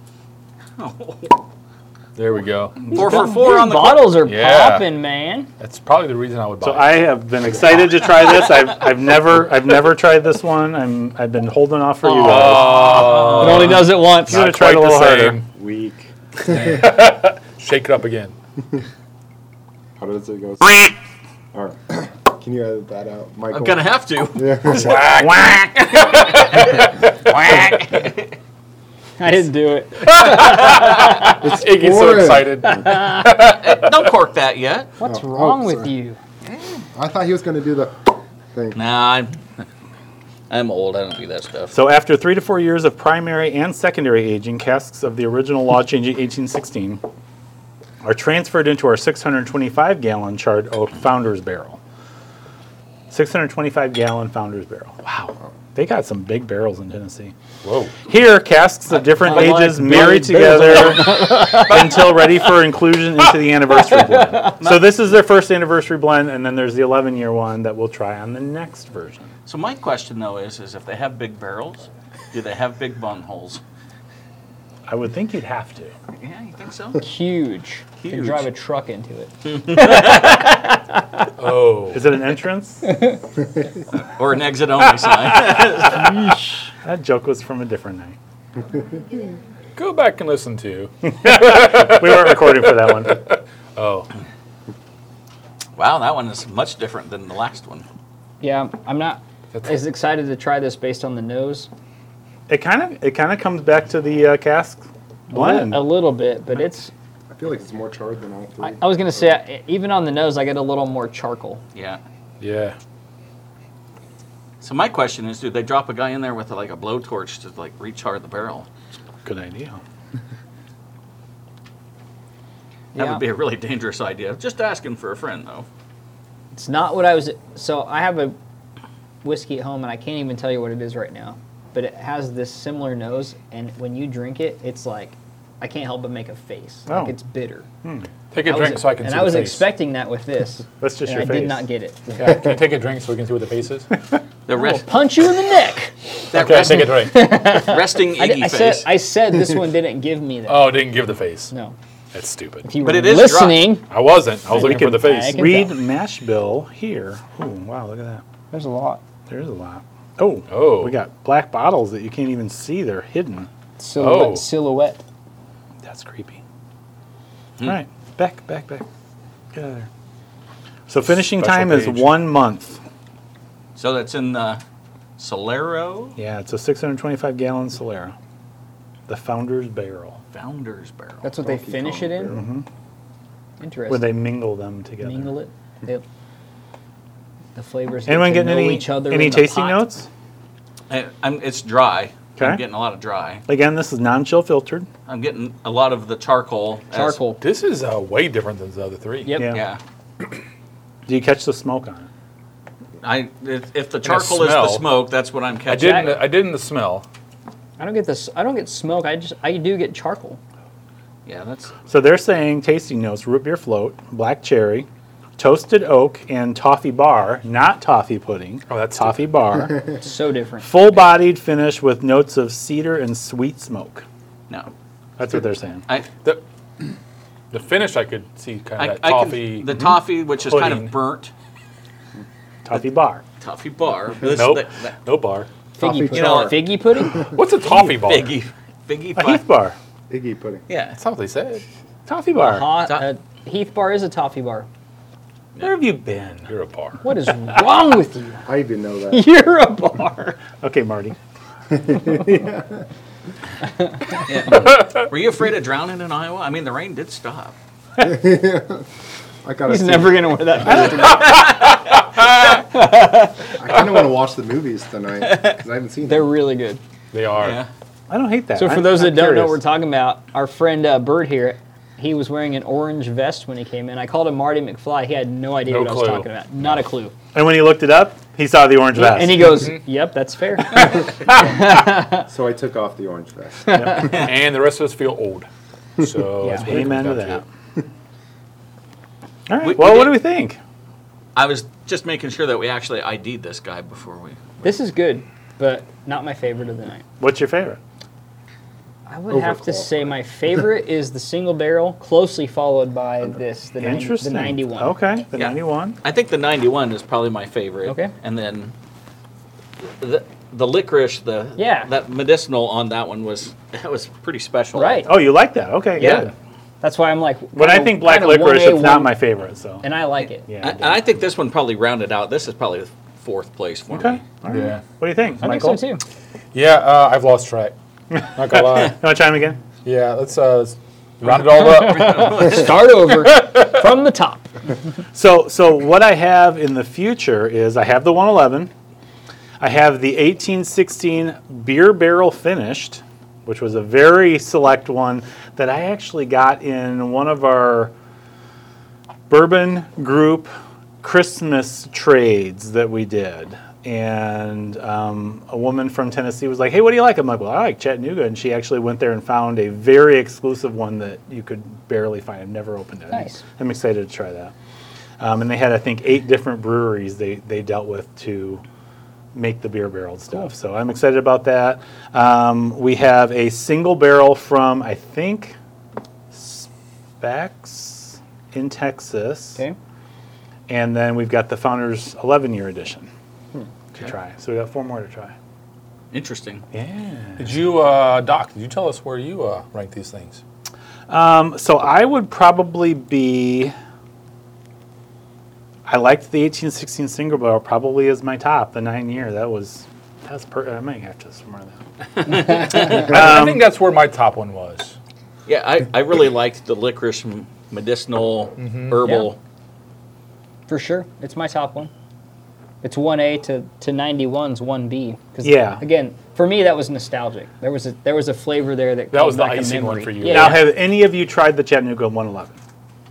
[SPEAKER 6] There we go.
[SPEAKER 2] Four for four on the
[SPEAKER 1] bottles are
[SPEAKER 6] Yeah.
[SPEAKER 1] popping, man.
[SPEAKER 6] That's probably the reason I would buy
[SPEAKER 4] So
[SPEAKER 6] it.
[SPEAKER 4] I have been excited to try this. I've, I've never I've never tried this one. I'm I've been holding off for you guys.
[SPEAKER 1] it only does it once.
[SPEAKER 4] Not
[SPEAKER 1] Not,
[SPEAKER 4] Oh. gonna try it a
[SPEAKER 6] uh, Quite the
[SPEAKER 4] little harder.
[SPEAKER 6] same.
[SPEAKER 5] Weak.
[SPEAKER 6] Shake it up again.
[SPEAKER 5] How does it go? All right. Can you edit that out, Michael?
[SPEAKER 2] I'm gonna have to.
[SPEAKER 5] Yeah.
[SPEAKER 4] Whack.
[SPEAKER 1] I didn't do it.
[SPEAKER 6] It gets so
[SPEAKER 5] Warren.
[SPEAKER 6] excited.
[SPEAKER 2] Don't cork that yet.
[SPEAKER 1] What's
[SPEAKER 5] Oh, oh,
[SPEAKER 1] wrong with
[SPEAKER 5] sorry.
[SPEAKER 1] you?
[SPEAKER 5] I thought he was gonna do the thing.
[SPEAKER 2] Nah, I'm, I'm old. I don't do that stuff.
[SPEAKER 4] So after three to four years of primary and secondary aging, casks of the original law changing 1816 are transferred into our 625 gallon charred oak founder's barrel. 625 gallon founder's barrel. Wow. They got some big barrels in Tennessee.
[SPEAKER 6] Whoa.
[SPEAKER 4] Here, casks of different
[SPEAKER 1] I like
[SPEAKER 4] ages
[SPEAKER 1] big
[SPEAKER 4] marry
[SPEAKER 1] barrels.
[SPEAKER 4] together until ready for inclusion into the anniversary blend. So this is their first anniversary blend, and then there's the 11 year one that we'll try on the next version.
[SPEAKER 2] So my question though is, is if they have big barrels, do they have big bung holes?
[SPEAKER 4] I would think you'd have to.
[SPEAKER 2] Yeah, you think so?
[SPEAKER 1] Huge. You can
[SPEAKER 2] Huge.
[SPEAKER 1] drive a truck into it.
[SPEAKER 6] Oh.
[SPEAKER 4] Is it an entrance?
[SPEAKER 2] or an exit only sign?
[SPEAKER 4] That joke was from a different night.
[SPEAKER 6] Go back and listen to.
[SPEAKER 4] We weren't recording for that one.
[SPEAKER 6] Oh.
[SPEAKER 2] wow, that one is much different than the last one.
[SPEAKER 1] Yeah, I'm not
[SPEAKER 6] That's-
[SPEAKER 1] as excited to try this based on the nose.
[SPEAKER 4] It kind of it kind of comes back to the uh, cask blend.
[SPEAKER 1] A little bit, but it's.
[SPEAKER 5] I feel like it's more charred than all three.
[SPEAKER 1] I, I was gonna say I- even on the nose, I get a little more charcoal.
[SPEAKER 2] Yeah.
[SPEAKER 6] Yeah.
[SPEAKER 2] So my question is, do they drop a guy in there with like a blowtorch to like recharge the barrel?
[SPEAKER 4] Good idea.
[SPEAKER 2] That
[SPEAKER 1] Yeah.
[SPEAKER 2] would be a really dangerous idea. Just asking for a friend though.
[SPEAKER 1] It's not what I was. So I have a whiskey at home, and I can't even tell you what it is right now. But it has this similar nose, and when you drink it, it's like I can't help but make a face.
[SPEAKER 4] Oh.
[SPEAKER 1] Like it's bitter.
[SPEAKER 6] Take a
[SPEAKER 1] I was-
[SPEAKER 6] drink so I can
[SPEAKER 1] and
[SPEAKER 6] see
[SPEAKER 1] I
[SPEAKER 6] the
[SPEAKER 1] was
[SPEAKER 6] face.
[SPEAKER 1] expecting that with this.
[SPEAKER 4] That's just
[SPEAKER 1] and
[SPEAKER 4] your
[SPEAKER 1] I
[SPEAKER 4] face.
[SPEAKER 1] did not get it.
[SPEAKER 6] Yeah, can you take a drink so we can see what the face is? Okay,
[SPEAKER 2] The rest,
[SPEAKER 1] Punch you in the neck.
[SPEAKER 2] that
[SPEAKER 6] I
[SPEAKER 2] resting,
[SPEAKER 6] take a drink.
[SPEAKER 2] resting
[SPEAKER 1] I,
[SPEAKER 2] Iggy
[SPEAKER 1] did, I said.
[SPEAKER 2] face.
[SPEAKER 1] I said this one didn't give me that.
[SPEAKER 6] Oh, it didn't give the face.
[SPEAKER 1] No.
[SPEAKER 6] That's stupid.
[SPEAKER 1] If you
[SPEAKER 2] But
[SPEAKER 1] were
[SPEAKER 2] it is dry.
[SPEAKER 1] listening,
[SPEAKER 6] I wasn't. I was
[SPEAKER 4] We
[SPEAKER 6] looking
[SPEAKER 4] can-
[SPEAKER 6] for the face.
[SPEAKER 1] I can
[SPEAKER 4] Read
[SPEAKER 1] tell.
[SPEAKER 4] mash bill here. Ooh, wow, look at that.
[SPEAKER 1] there's a lot.
[SPEAKER 4] There is a lot. Oh,
[SPEAKER 6] Oh.
[SPEAKER 4] we got black bottles that you can't even see. They're hidden.
[SPEAKER 1] Silhouette.
[SPEAKER 6] Oh.
[SPEAKER 1] Silhouette.
[SPEAKER 4] That's creepy.
[SPEAKER 6] Hmm.
[SPEAKER 4] All right, back, back, back. Get out of there. So finishing
[SPEAKER 6] Special
[SPEAKER 4] time is
[SPEAKER 6] page.
[SPEAKER 4] one month.
[SPEAKER 2] so that's in uh, Solero
[SPEAKER 4] Yeah, it's a 625 gallon Solera. The founder's barrel.
[SPEAKER 2] Founders Barrel.
[SPEAKER 1] That's what they
[SPEAKER 5] Donkey
[SPEAKER 1] finish
[SPEAKER 5] Kong
[SPEAKER 1] it in.
[SPEAKER 5] barrel.
[SPEAKER 1] Interesting.
[SPEAKER 4] Mm-hmm. Where they mingle them together.
[SPEAKER 1] mingle it. They, the flavors.
[SPEAKER 4] Anyone
[SPEAKER 1] get to
[SPEAKER 4] getting
[SPEAKER 1] know
[SPEAKER 4] any
[SPEAKER 1] each other
[SPEAKER 4] any
[SPEAKER 1] in the
[SPEAKER 4] tasting
[SPEAKER 1] pot.
[SPEAKER 4] notes?
[SPEAKER 2] I, I'm, it's dry.
[SPEAKER 4] Okay.
[SPEAKER 2] I'm getting a lot of dry.
[SPEAKER 4] Again, this is non-chill filtered.
[SPEAKER 2] I'm getting a lot of the charcoal. as-
[SPEAKER 1] Charcoal.
[SPEAKER 6] This is uh, way different than the other three.
[SPEAKER 1] Yep.
[SPEAKER 4] Yeah.
[SPEAKER 2] Yeah.
[SPEAKER 4] Do you catch the smoke on it?
[SPEAKER 2] I if, if the charcoal is the
[SPEAKER 6] smell.
[SPEAKER 2] smoke, that's what I'm
[SPEAKER 6] I
[SPEAKER 2] catching.
[SPEAKER 6] didn't. I didn't the smell.
[SPEAKER 1] I don't get this. I don't get smoke. I just. I do get charcoal.
[SPEAKER 2] Yeah, that's
[SPEAKER 4] So they're saying tasting notes: root beer float, black cherry, toasted oak, and toffee bar. Not toffee pudding.
[SPEAKER 6] Oh, that's
[SPEAKER 4] toffee bar.
[SPEAKER 1] It's so different.
[SPEAKER 4] Full-bodied finish with notes of cedar and sweet smoke.
[SPEAKER 2] no.
[SPEAKER 4] That's what they're saying.
[SPEAKER 2] I
[SPEAKER 6] The, the finish I could see kind
[SPEAKER 2] I,
[SPEAKER 6] of that
[SPEAKER 2] I can-
[SPEAKER 6] toffee. Mm-hmm.
[SPEAKER 2] the toffee, which is kind
[SPEAKER 6] Pudding.
[SPEAKER 2] of burnt
[SPEAKER 4] Toffee bar.
[SPEAKER 2] toffee bar. This-
[SPEAKER 6] nope,
[SPEAKER 2] that- that-
[SPEAKER 6] no bar.
[SPEAKER 5] Coffee
[SPEAKER 1] Figgy, pudding.
[SPEAKER 2] You know,
[SPEAKER 1] figgy pudding?
[SPEAKER 6] What's a toffee bar?
[SPEAKER 2] Biggie, biggie,
[SPEAKER 4] A
[SPEAKER 2] pie.
[SPEAKER 4] Heath bar.
[SPEAKER 5] Iggy pudding.
[SPEAKER 2] yeah.
[SPEAKER 6] That's not what they said.
[SPEAKER 4] Toffee bar.
[SPEAKER 1] Ha-
[SPEAKER 2] Ta-
[SPEAKER 1] uh, Heath bar is a toffee bar.
[SPEAKER 4] Where have you been?
[SPEAKER 6] You're a bar.
[SPEAKER 1] What is wrong with you?
[SPEAKER 5] I even know that.
[SPEAKER 1] You're a bar.
[SPEAKER 4] Okay, Marty.
[SPEAKER 2] Were you afraid of drowning in Iowa? I mean, the rain did stop.
[SPEAKER 5] I gotta.
[SPEAKER 1] He's
[SPEAKER 5] see-
[SPEAKER 1] never gonna wear that.
[SPEAKER 5] I kind of want to watch the movies tonight because I haven't seen
[SPEAKER 1] They're
[SPEAKER 5] them.
[SPEAKER 1] really good.
[SPEAKER 6] They are.
[SPEAKER 2] Yeah.
[SPEAKER 4] I don't hate that.
[SPEAKER 1] So for
[SPEAKER 4] I'm-
[SPEAKER 1] those that
[SPEAKER 4] I'm
[SPEAKER 1] don't know what we're
[SPEAKER 4] curious.
[SPEAKER 1] talking about, our friend uh, Bird here, he was wearing an orange vest when he came in. I called him Marty McFly. He had no idea
[SPEAKER 6] No
[SPEAKER 1] what I was
[SPEAKER 6] clue.
[SPEAKER 1] talking about. Not a clue.
[SPEAKER 4] And when he looked it up, he saw the orange vest. Mm-hmm.
[SPEAKER 1] And he goes, "Yep, that's fair."
[SPEAKER 5] So I took off the orange vest.
[SPEAKER 6] and the rest of us feel old. So
[SPEAKER 1] Yeah.
[SPEAKER 6] that's what it
[SPEAKER 4] Amen to
[SPEAKER 6] comes down
[SPEAKER 4] that. All right.
[SPEAKER 2] We-
[SPEAKER 4] well,
[SPEAKER 2] we
[SPEAKER 4] what
[SPEAKER 2] did-
[SPEAKER 4] do we think?
[SPEAKER 2] I was just making sure that we actually ID'd this guy before we.
[SPEAKER 1] this is good, but not my favorite of the night.
[SPEAKER 4] What's your favorite?
[SPEAKER 1] I would have to
[SPEAKER 5] Overclock.
[SPEAKER 1] say my favorite is the single barrel, closely followed by this, the, nin- the
[SPEAKER 4] Interesting.
[SPEAKER 1] 91.
[SPEAKER 4] Okay, the
[SPEAKER 2] Yeah.
[SPEAKER 4] 91.
[SPEAKER 2] I think the 91 is probably my favorite.
[SPEAKER 1] Okay.
[SPEAKER 2] And then the the licorice, the
[SPEAKER 1] Yeah.
[SPEAKER 2] that medicinal on that one was that was pretty special.
[SPEAKER 1] Right.
[SPEAKER 4] Oh, you like that? Okay,
[SPEAKER 2] Yeah.
[SPEAKER 4] good.
[SPEAKER 1] That's why I'm like.
[SPEAKER 4] When I
[SPEAKER 1] kinda-
[SPEAKER 4] think black
[SPEAKER 1] kinda
[SPEAKER 4] licorice,
[SPEAKER 1] 1A,
[SPEAKER 4] it's not
[SPEAKER 1] 1-
[SPEAKER 4] my favorite. So
[SPEAKER 1] And I like it.
[SPEAKER 4] yeah.
[SPEAKER 2] And, uh, and I think this one probably rounded out. This is probably fourth place for
[SPEAKER 4] okay.
[SPEAKER 2] me.
[SPEAKER 4] All right.
[SPEAKER 6] to. Yeah.
[SPEAKER 4] What do you think,
[SPEAKER 1] I think
[SPEAKER 4] Michael?
[SPEAKER 1] so too.
[SPEAKER 6] Yeah, uh, I've lost track. Not gonna lie.
[SPEAKER 4] You want to chime again?
[SPEAKER 6] Yeah, let's, uh, let's round it all up.
[SPEAKER 1] Start over from the top.
[SPEAKER 4] So, so what I have in the future is I have the 111. I have the 1816 beer barrel finished, which was a very select one that I actually got in one of our bourbon group Christmas trades that we did. And um, a woman from Tennessee was like, "Hey, what do you like?" I'm like, "Well, I like Chattanooga," and she actually went there and found a very exclusive one that you could barely find. I've never opened it.
[SPEAKER 1] Nice.
[SPEAKER 4] I'm excited to try that. Um, and they had, I think, eight different breweries they, they dealt with to make the beer barrel stuff. So I'm excited about that. Um, we have a single barrel from, I think, Specs in Texas.
[SPEAKER 1] Okay.
[SPEAKER 4] And then we've got the Founders 11 year edition to
[SPEAKER 1] Hmm.
[SPEAKER 2] Okay.
[SPEAKER 4] try. So we got four more to try.
[SPEAKER 2] Interesting.
[SPEAKER 4] Yeah.
[SPEAKER 6] did you, uh, Doc, did you tell us where you uh, rank these things?
[SPEAKER 4] Um, so I would probably be. I liked the 1816 single barrel probably as my top. The nine year that was that's per. I might have to somewhere that.
[SPEAKER 6] I, I think that's where my top one was.
[SPEAKER 2] Yeah, I, I really liked the licorice m- medicinal
[SPEAKER 4] Mm-hmm.
[SPEAKER 2] herbal.
[SPEAKER 1] For sure. It's my top one. It's 1A to, to 91's 1B. 'Cause
[SPEAKER 4] Yeah.
[SPEAKER 1] Again, for me, that was nostalgic. There was a, there was a flavor there that
[SPEAKER 6] That was
[SPEAKER 1] called
[SPEAKER 6] the
[SPEAKER 1] back a
[SPEAKER 6] icing one
[SPEAKER 1] memory.
[SPEAKER 6] for you.
[SPEAKER 1] Yeah,
[SPEAKER 4] Now,
[SPEAKER 1] yeah,
[SPEAKER 4] have any of you tried the Chattanooga 111?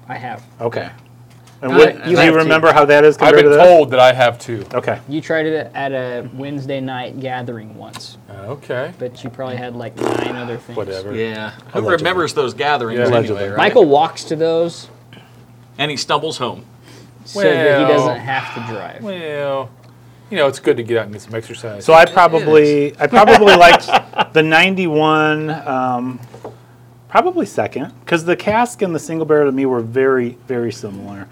[SPEAKER 1] I have.
[SPEAKER 4] Okay. And
[SPEAKER 2] Uh,
[SPEAKER 4] what,
[SPEAKER 2] you
[SPEAKER 4] do
[SPEAKER 2] have
[SPEAKER 4] you
[SPEAKER 1] to.
[SPEAKER 4] remember how that is
[SPEAKER 6] I've
[SPEAKER 4] compared
[SPEAKER 6] been
[SPEAKER 4] to this?
[SPEAKER 6] told that I have two.
[SPEAKER 4] Okay.
[SPEAKER 1] You tried it at a Wednesday night gathering once,
[SPEAKER 6] Okay.
[SPEAKER 1] but you probably had like nine other things.
[SPEAKER 6] Whatever.
[SPEAKER 2] Yeah. Who
[SPEAKER 6] Allegedly.
[SPEAKER 2] remembers those gatherings
[SPEAKER 6] Yeah.
[SPEAKER 2] anyway,
[SPEAKER 6] Allegedly.
[SPEAKER 2] right?
[SPEAKER 1] Michael walks to those
[SPEAKER 2] And he stumbles home.
[SPEAKER 1] so that he
[SPEAKER 6] Well.
[SPEAKER 1] doesn't have to drive.
[SPEAKER 6] Well, you know, it's good to get out and get some exercise.
[SPEAKER 4] So I probably I probably liked the 91, um, probably second, because the cask and the single barrel to me were very very similar.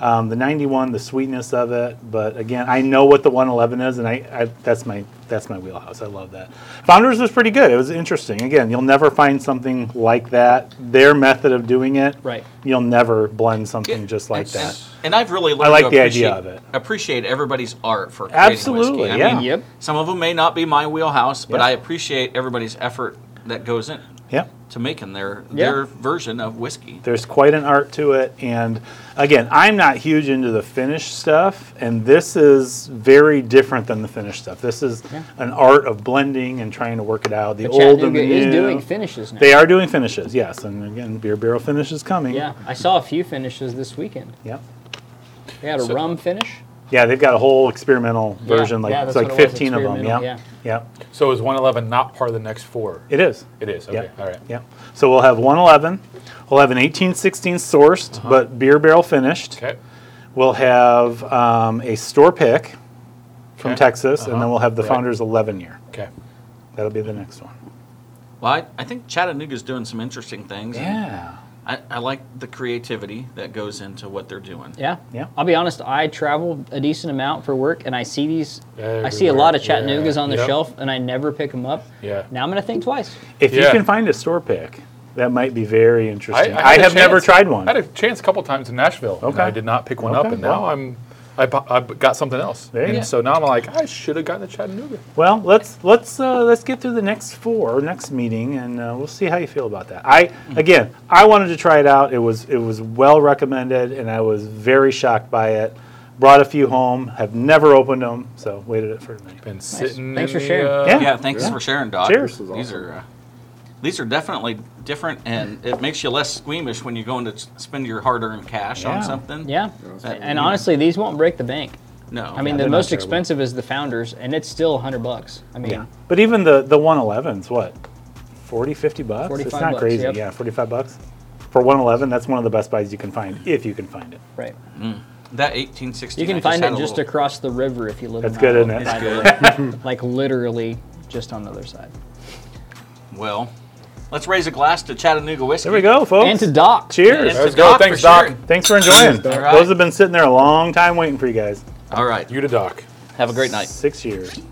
[SPEAKER 4] Um, the 91, the sweetness of it, but again, I know what the 111 is, and I, I that's my that's my wheelhouse. I love that. Founders was pretty good. It was interesting. Again, you'll never find something like that. Their method of doing it,
[SPEAKER 1] Right.
[SPEAKER 4] You'll never blend something
[SPEAKER 2] Yeah,
[SPEAKER 4] just like
[SPEAKER 2] and-
[SPEAKER 4] that.
[SPEAKER 2] And I've really learned
[SPEAKER 4] I like
[SPEAKER 2] to
[SPEAKER 4] the idea
[SPEAKER 2] appreciate-
[SPEAKER 4] of it.
[SPEAKER 2] Appreciate everybody's art for creating
[SPEAKER 4] Absolutely,
[SPEAKER 2] whiskey. I
[SPEAKER 4] yeah.
[SPEAKER 2] mean,
[SPEAKER 1] Yep.
[SPEAKER 2] some of them may not be my wheelhouse, but
[SPEAKER 4] Yeah.
[SPEAKER 2] I appreciate everybody's effort that goes in
[SPEAKER 4] Yeah.
[SPEAKER 2] to making their
[SPEAKER 1] Yeah.
[SPEAKER 2] their version of whiskey.
[SPEAKER 4] There's quite an art to it. And again, I'm not huge into the finished stuff, and this is very different than the finished stuff. This is an art of blending and trying to work it out. The
[SPEAKER 1] But
[SPEAKER 4] old and
[SPEAKER 1] Chattanooga
[SPEAKER 4] the
[SPEAKER 1] is
[SPEAKER 4] new.
[SPEAKER 1] doing finishes now.
[SPEAKER 4] they are doing finishes, yes. And again, beer barrel finish is coming.
[SPEAKER 1] Yeah, I saw a few finishes this weekend.
[SPEAKER 4] Yep.
[SPEAKER 1] They had a
[SPEAKER 2] So-
[SPEAKER 1] rum finish.
[SPEAKER 4] Yeah, they've got a whole experimental
[SPEAKER 1] Yeah,
[SPEAKER 4] version, like
[SPEAKER 1] yeah,
[SPEAKER 4] it's
[SPEAKER 1] that's
[SPEAKER 4] like
[SPEAKER 1] what it was,
[SPEAKER 4] 15 of them. Yeah.
[SPEAKER 1] experimental,
[SPEAKER 4] yeah.
[SPEAKER 6] So is 111 not part of the next four?
[SPEAKER 4] It is.
[SPEAKER 6] It is. Okay.
[SPEAKER 4] Yeah.
[SPEAKER 6] All right.
[SPEAKER 4] Yeah. So we'll have 111. We'll have an 1816 sourced,
[SPEAKER 1] Uh-huh.
[SPEAKER 4] but beer barrel finished.
[SPEAKER 6] Okay.
[SPEAKER 4] We'll have um, a store pick from
[SPEAKER 6] Okay. Uh-huh.
[SPEAKER 4] Texas, and then we'll have the
[SPEAKER 6] Right.
[SPEAKER 4] founder's 11 year.
[SPEAKER 6] Okay.
[SPEAKER 4] That'll be the next one.
[SPEAKER 2] Well, I, I think Chattanooga's doing some interesting things. and
[SPEAKER 4] Yeah.
[SPEAKER 2] I, I like the creativity that goes into what they're doing.
[SPEAKER 1] Yeah.
[SPEAKER 4] Yeah.
[SPEAKER 1] I'll be honest, I travel a decent amount for work and I see these I see a
[SPEAKER 6] Everywhere.
[SPEAKER 1] lot of Chattanoogas
[SPEAKER 6] Yeah.
[SPEAKER 1] on the
[SPEAKER 6] Yep.
[SPEAKER 1] shelf and I never pick them up.
[SPEAKER 6] Yeah.
[SPEAKER 1] Now I'm going to think twice.
[SPEAKER 4] If you
[SPEAKER 6] Yeah.
[SPEAKER 4] can find a store pick, that might be very interesting. I,
[SPEAKER 6] had a
[SPEAKER 4] have never
[SPEAKER 6] chance-
[SPEAKER 4] tried one.
[SPEAKER 6] I had a chance a couple times in Nashville. and
[SPEAKER 4] Okay.
[SPEAKER 6] I did not pick one
[SPEAKER 4] Okay,
[SPEAKER 6] up, and now
[SPEAKER 4] wow.
[SPEAKER 6] I'm. I, bu- I bu- got something else,
[SPEAKER 4] There you
[SPEAKER 6] and
[SPEAKER 4] go.
[SPEAKER 6] so now I'm like, I should have gotten a Chattanooga.
[SPEAKER 4] Well, let's let's uh, let's get through the next four, next meeting, and uh, we'll see how you feel about that. I
[SPEAKER 6] Mm-hmm.
[SPEAKER 4] again, I wanted to try it out. It was it was well recommended, and I was very shocked by it. Brought a few home. Have never opened them, so waited it for a minute.
[SPEAKER 6] Been sitting.
[SPEAKER 1] Thanks
[SPEAKER 6] in
[SPEAKER 1] for sharing.
[SPEAKER 6] The, uh,
[SPEAKER 4] Yeah.
[SPEAKER 2] Yeah, thanks for sharing, Doc.
[SPEAKER 4] Cheers.
[SPEAKER 5] This is
[SPEAKER 2] These
[SPEAKER 5] awesome.
[SPEAKER 2] are uh, these are definitely different, and it makes you less squeamish when you're going to s- spend your hard-earned cash
[SPEAKER 4] Yeah.
[SPEAKER 2] on something.
[SPEAKER 1] Yeah.
[SPEAKER 5] That-
[SPEAKER 1] And honestly, these won't break the bank.
[SPEAKER 2] No.
[SPEAKER 1] I mean,
[SPEAKER 4] they're
[SPEAKER 1] the
[SPEAKER 4] not
[SPEAKER 1] most
[SPEAKER 4] terrible.
[SPEAKER 1] expensive is the founders and it's still 100 bucks. I mean,
[SPEAKER 4] Yeah. But even the the 111s, what? 40, 50 bucks? it's
[SPEAKER 1] 45
[SPEAKER 4] not
[SPEAKER 1] bucks,
[SPEAKER 4] crazy.
[SPEAKER 1] yep.
[SPEAKER 4] Yeah, 45 bucks. For 111, that's one of the best buys you can find if you can find it.
[SPEAKER 1] right.
[SPEAKER 2] that 1860.
[SPEAKER 1] You can find it just across the river if you live
[SPEAKER 4] That's
[SPEAKER 1] in
[SPEAKER 4] good,
[SPEAKER 1] Iowa,
[SPEAKER 4] isn't it?
[SPEAKER 1] by the way. like literally just on the other side.
[SPEAKER 2] Well, let's raise a glass to Chattanooga whiskey.
[SPEAKER 4] There we go, folks.
[SPEAKER 1] And to Doc.
[SPEAKER 4] Cheers.
[SPEAKER 2] And
[SPEAKER 6] Let's
[SPEAKER 2] to
[SPEAKER 6] go.
[SPEAKER 2] Doc for
[SPEAKER 6] Thanks, Doc.
[SPEAKER 2] sharing.
[SPEAKER 4] Thanks for enjoying.
[SPEAKER 5] All
[SPEAKER 2] right.
[SPEAKER 4] Those have been sitting there a long time waiting for you guys.
[SPEAKER 2] All right.
[SPEAKER 6] You to doc.
[SPEAKER 2] Have a great night.
[SPEAKER 4] Six years.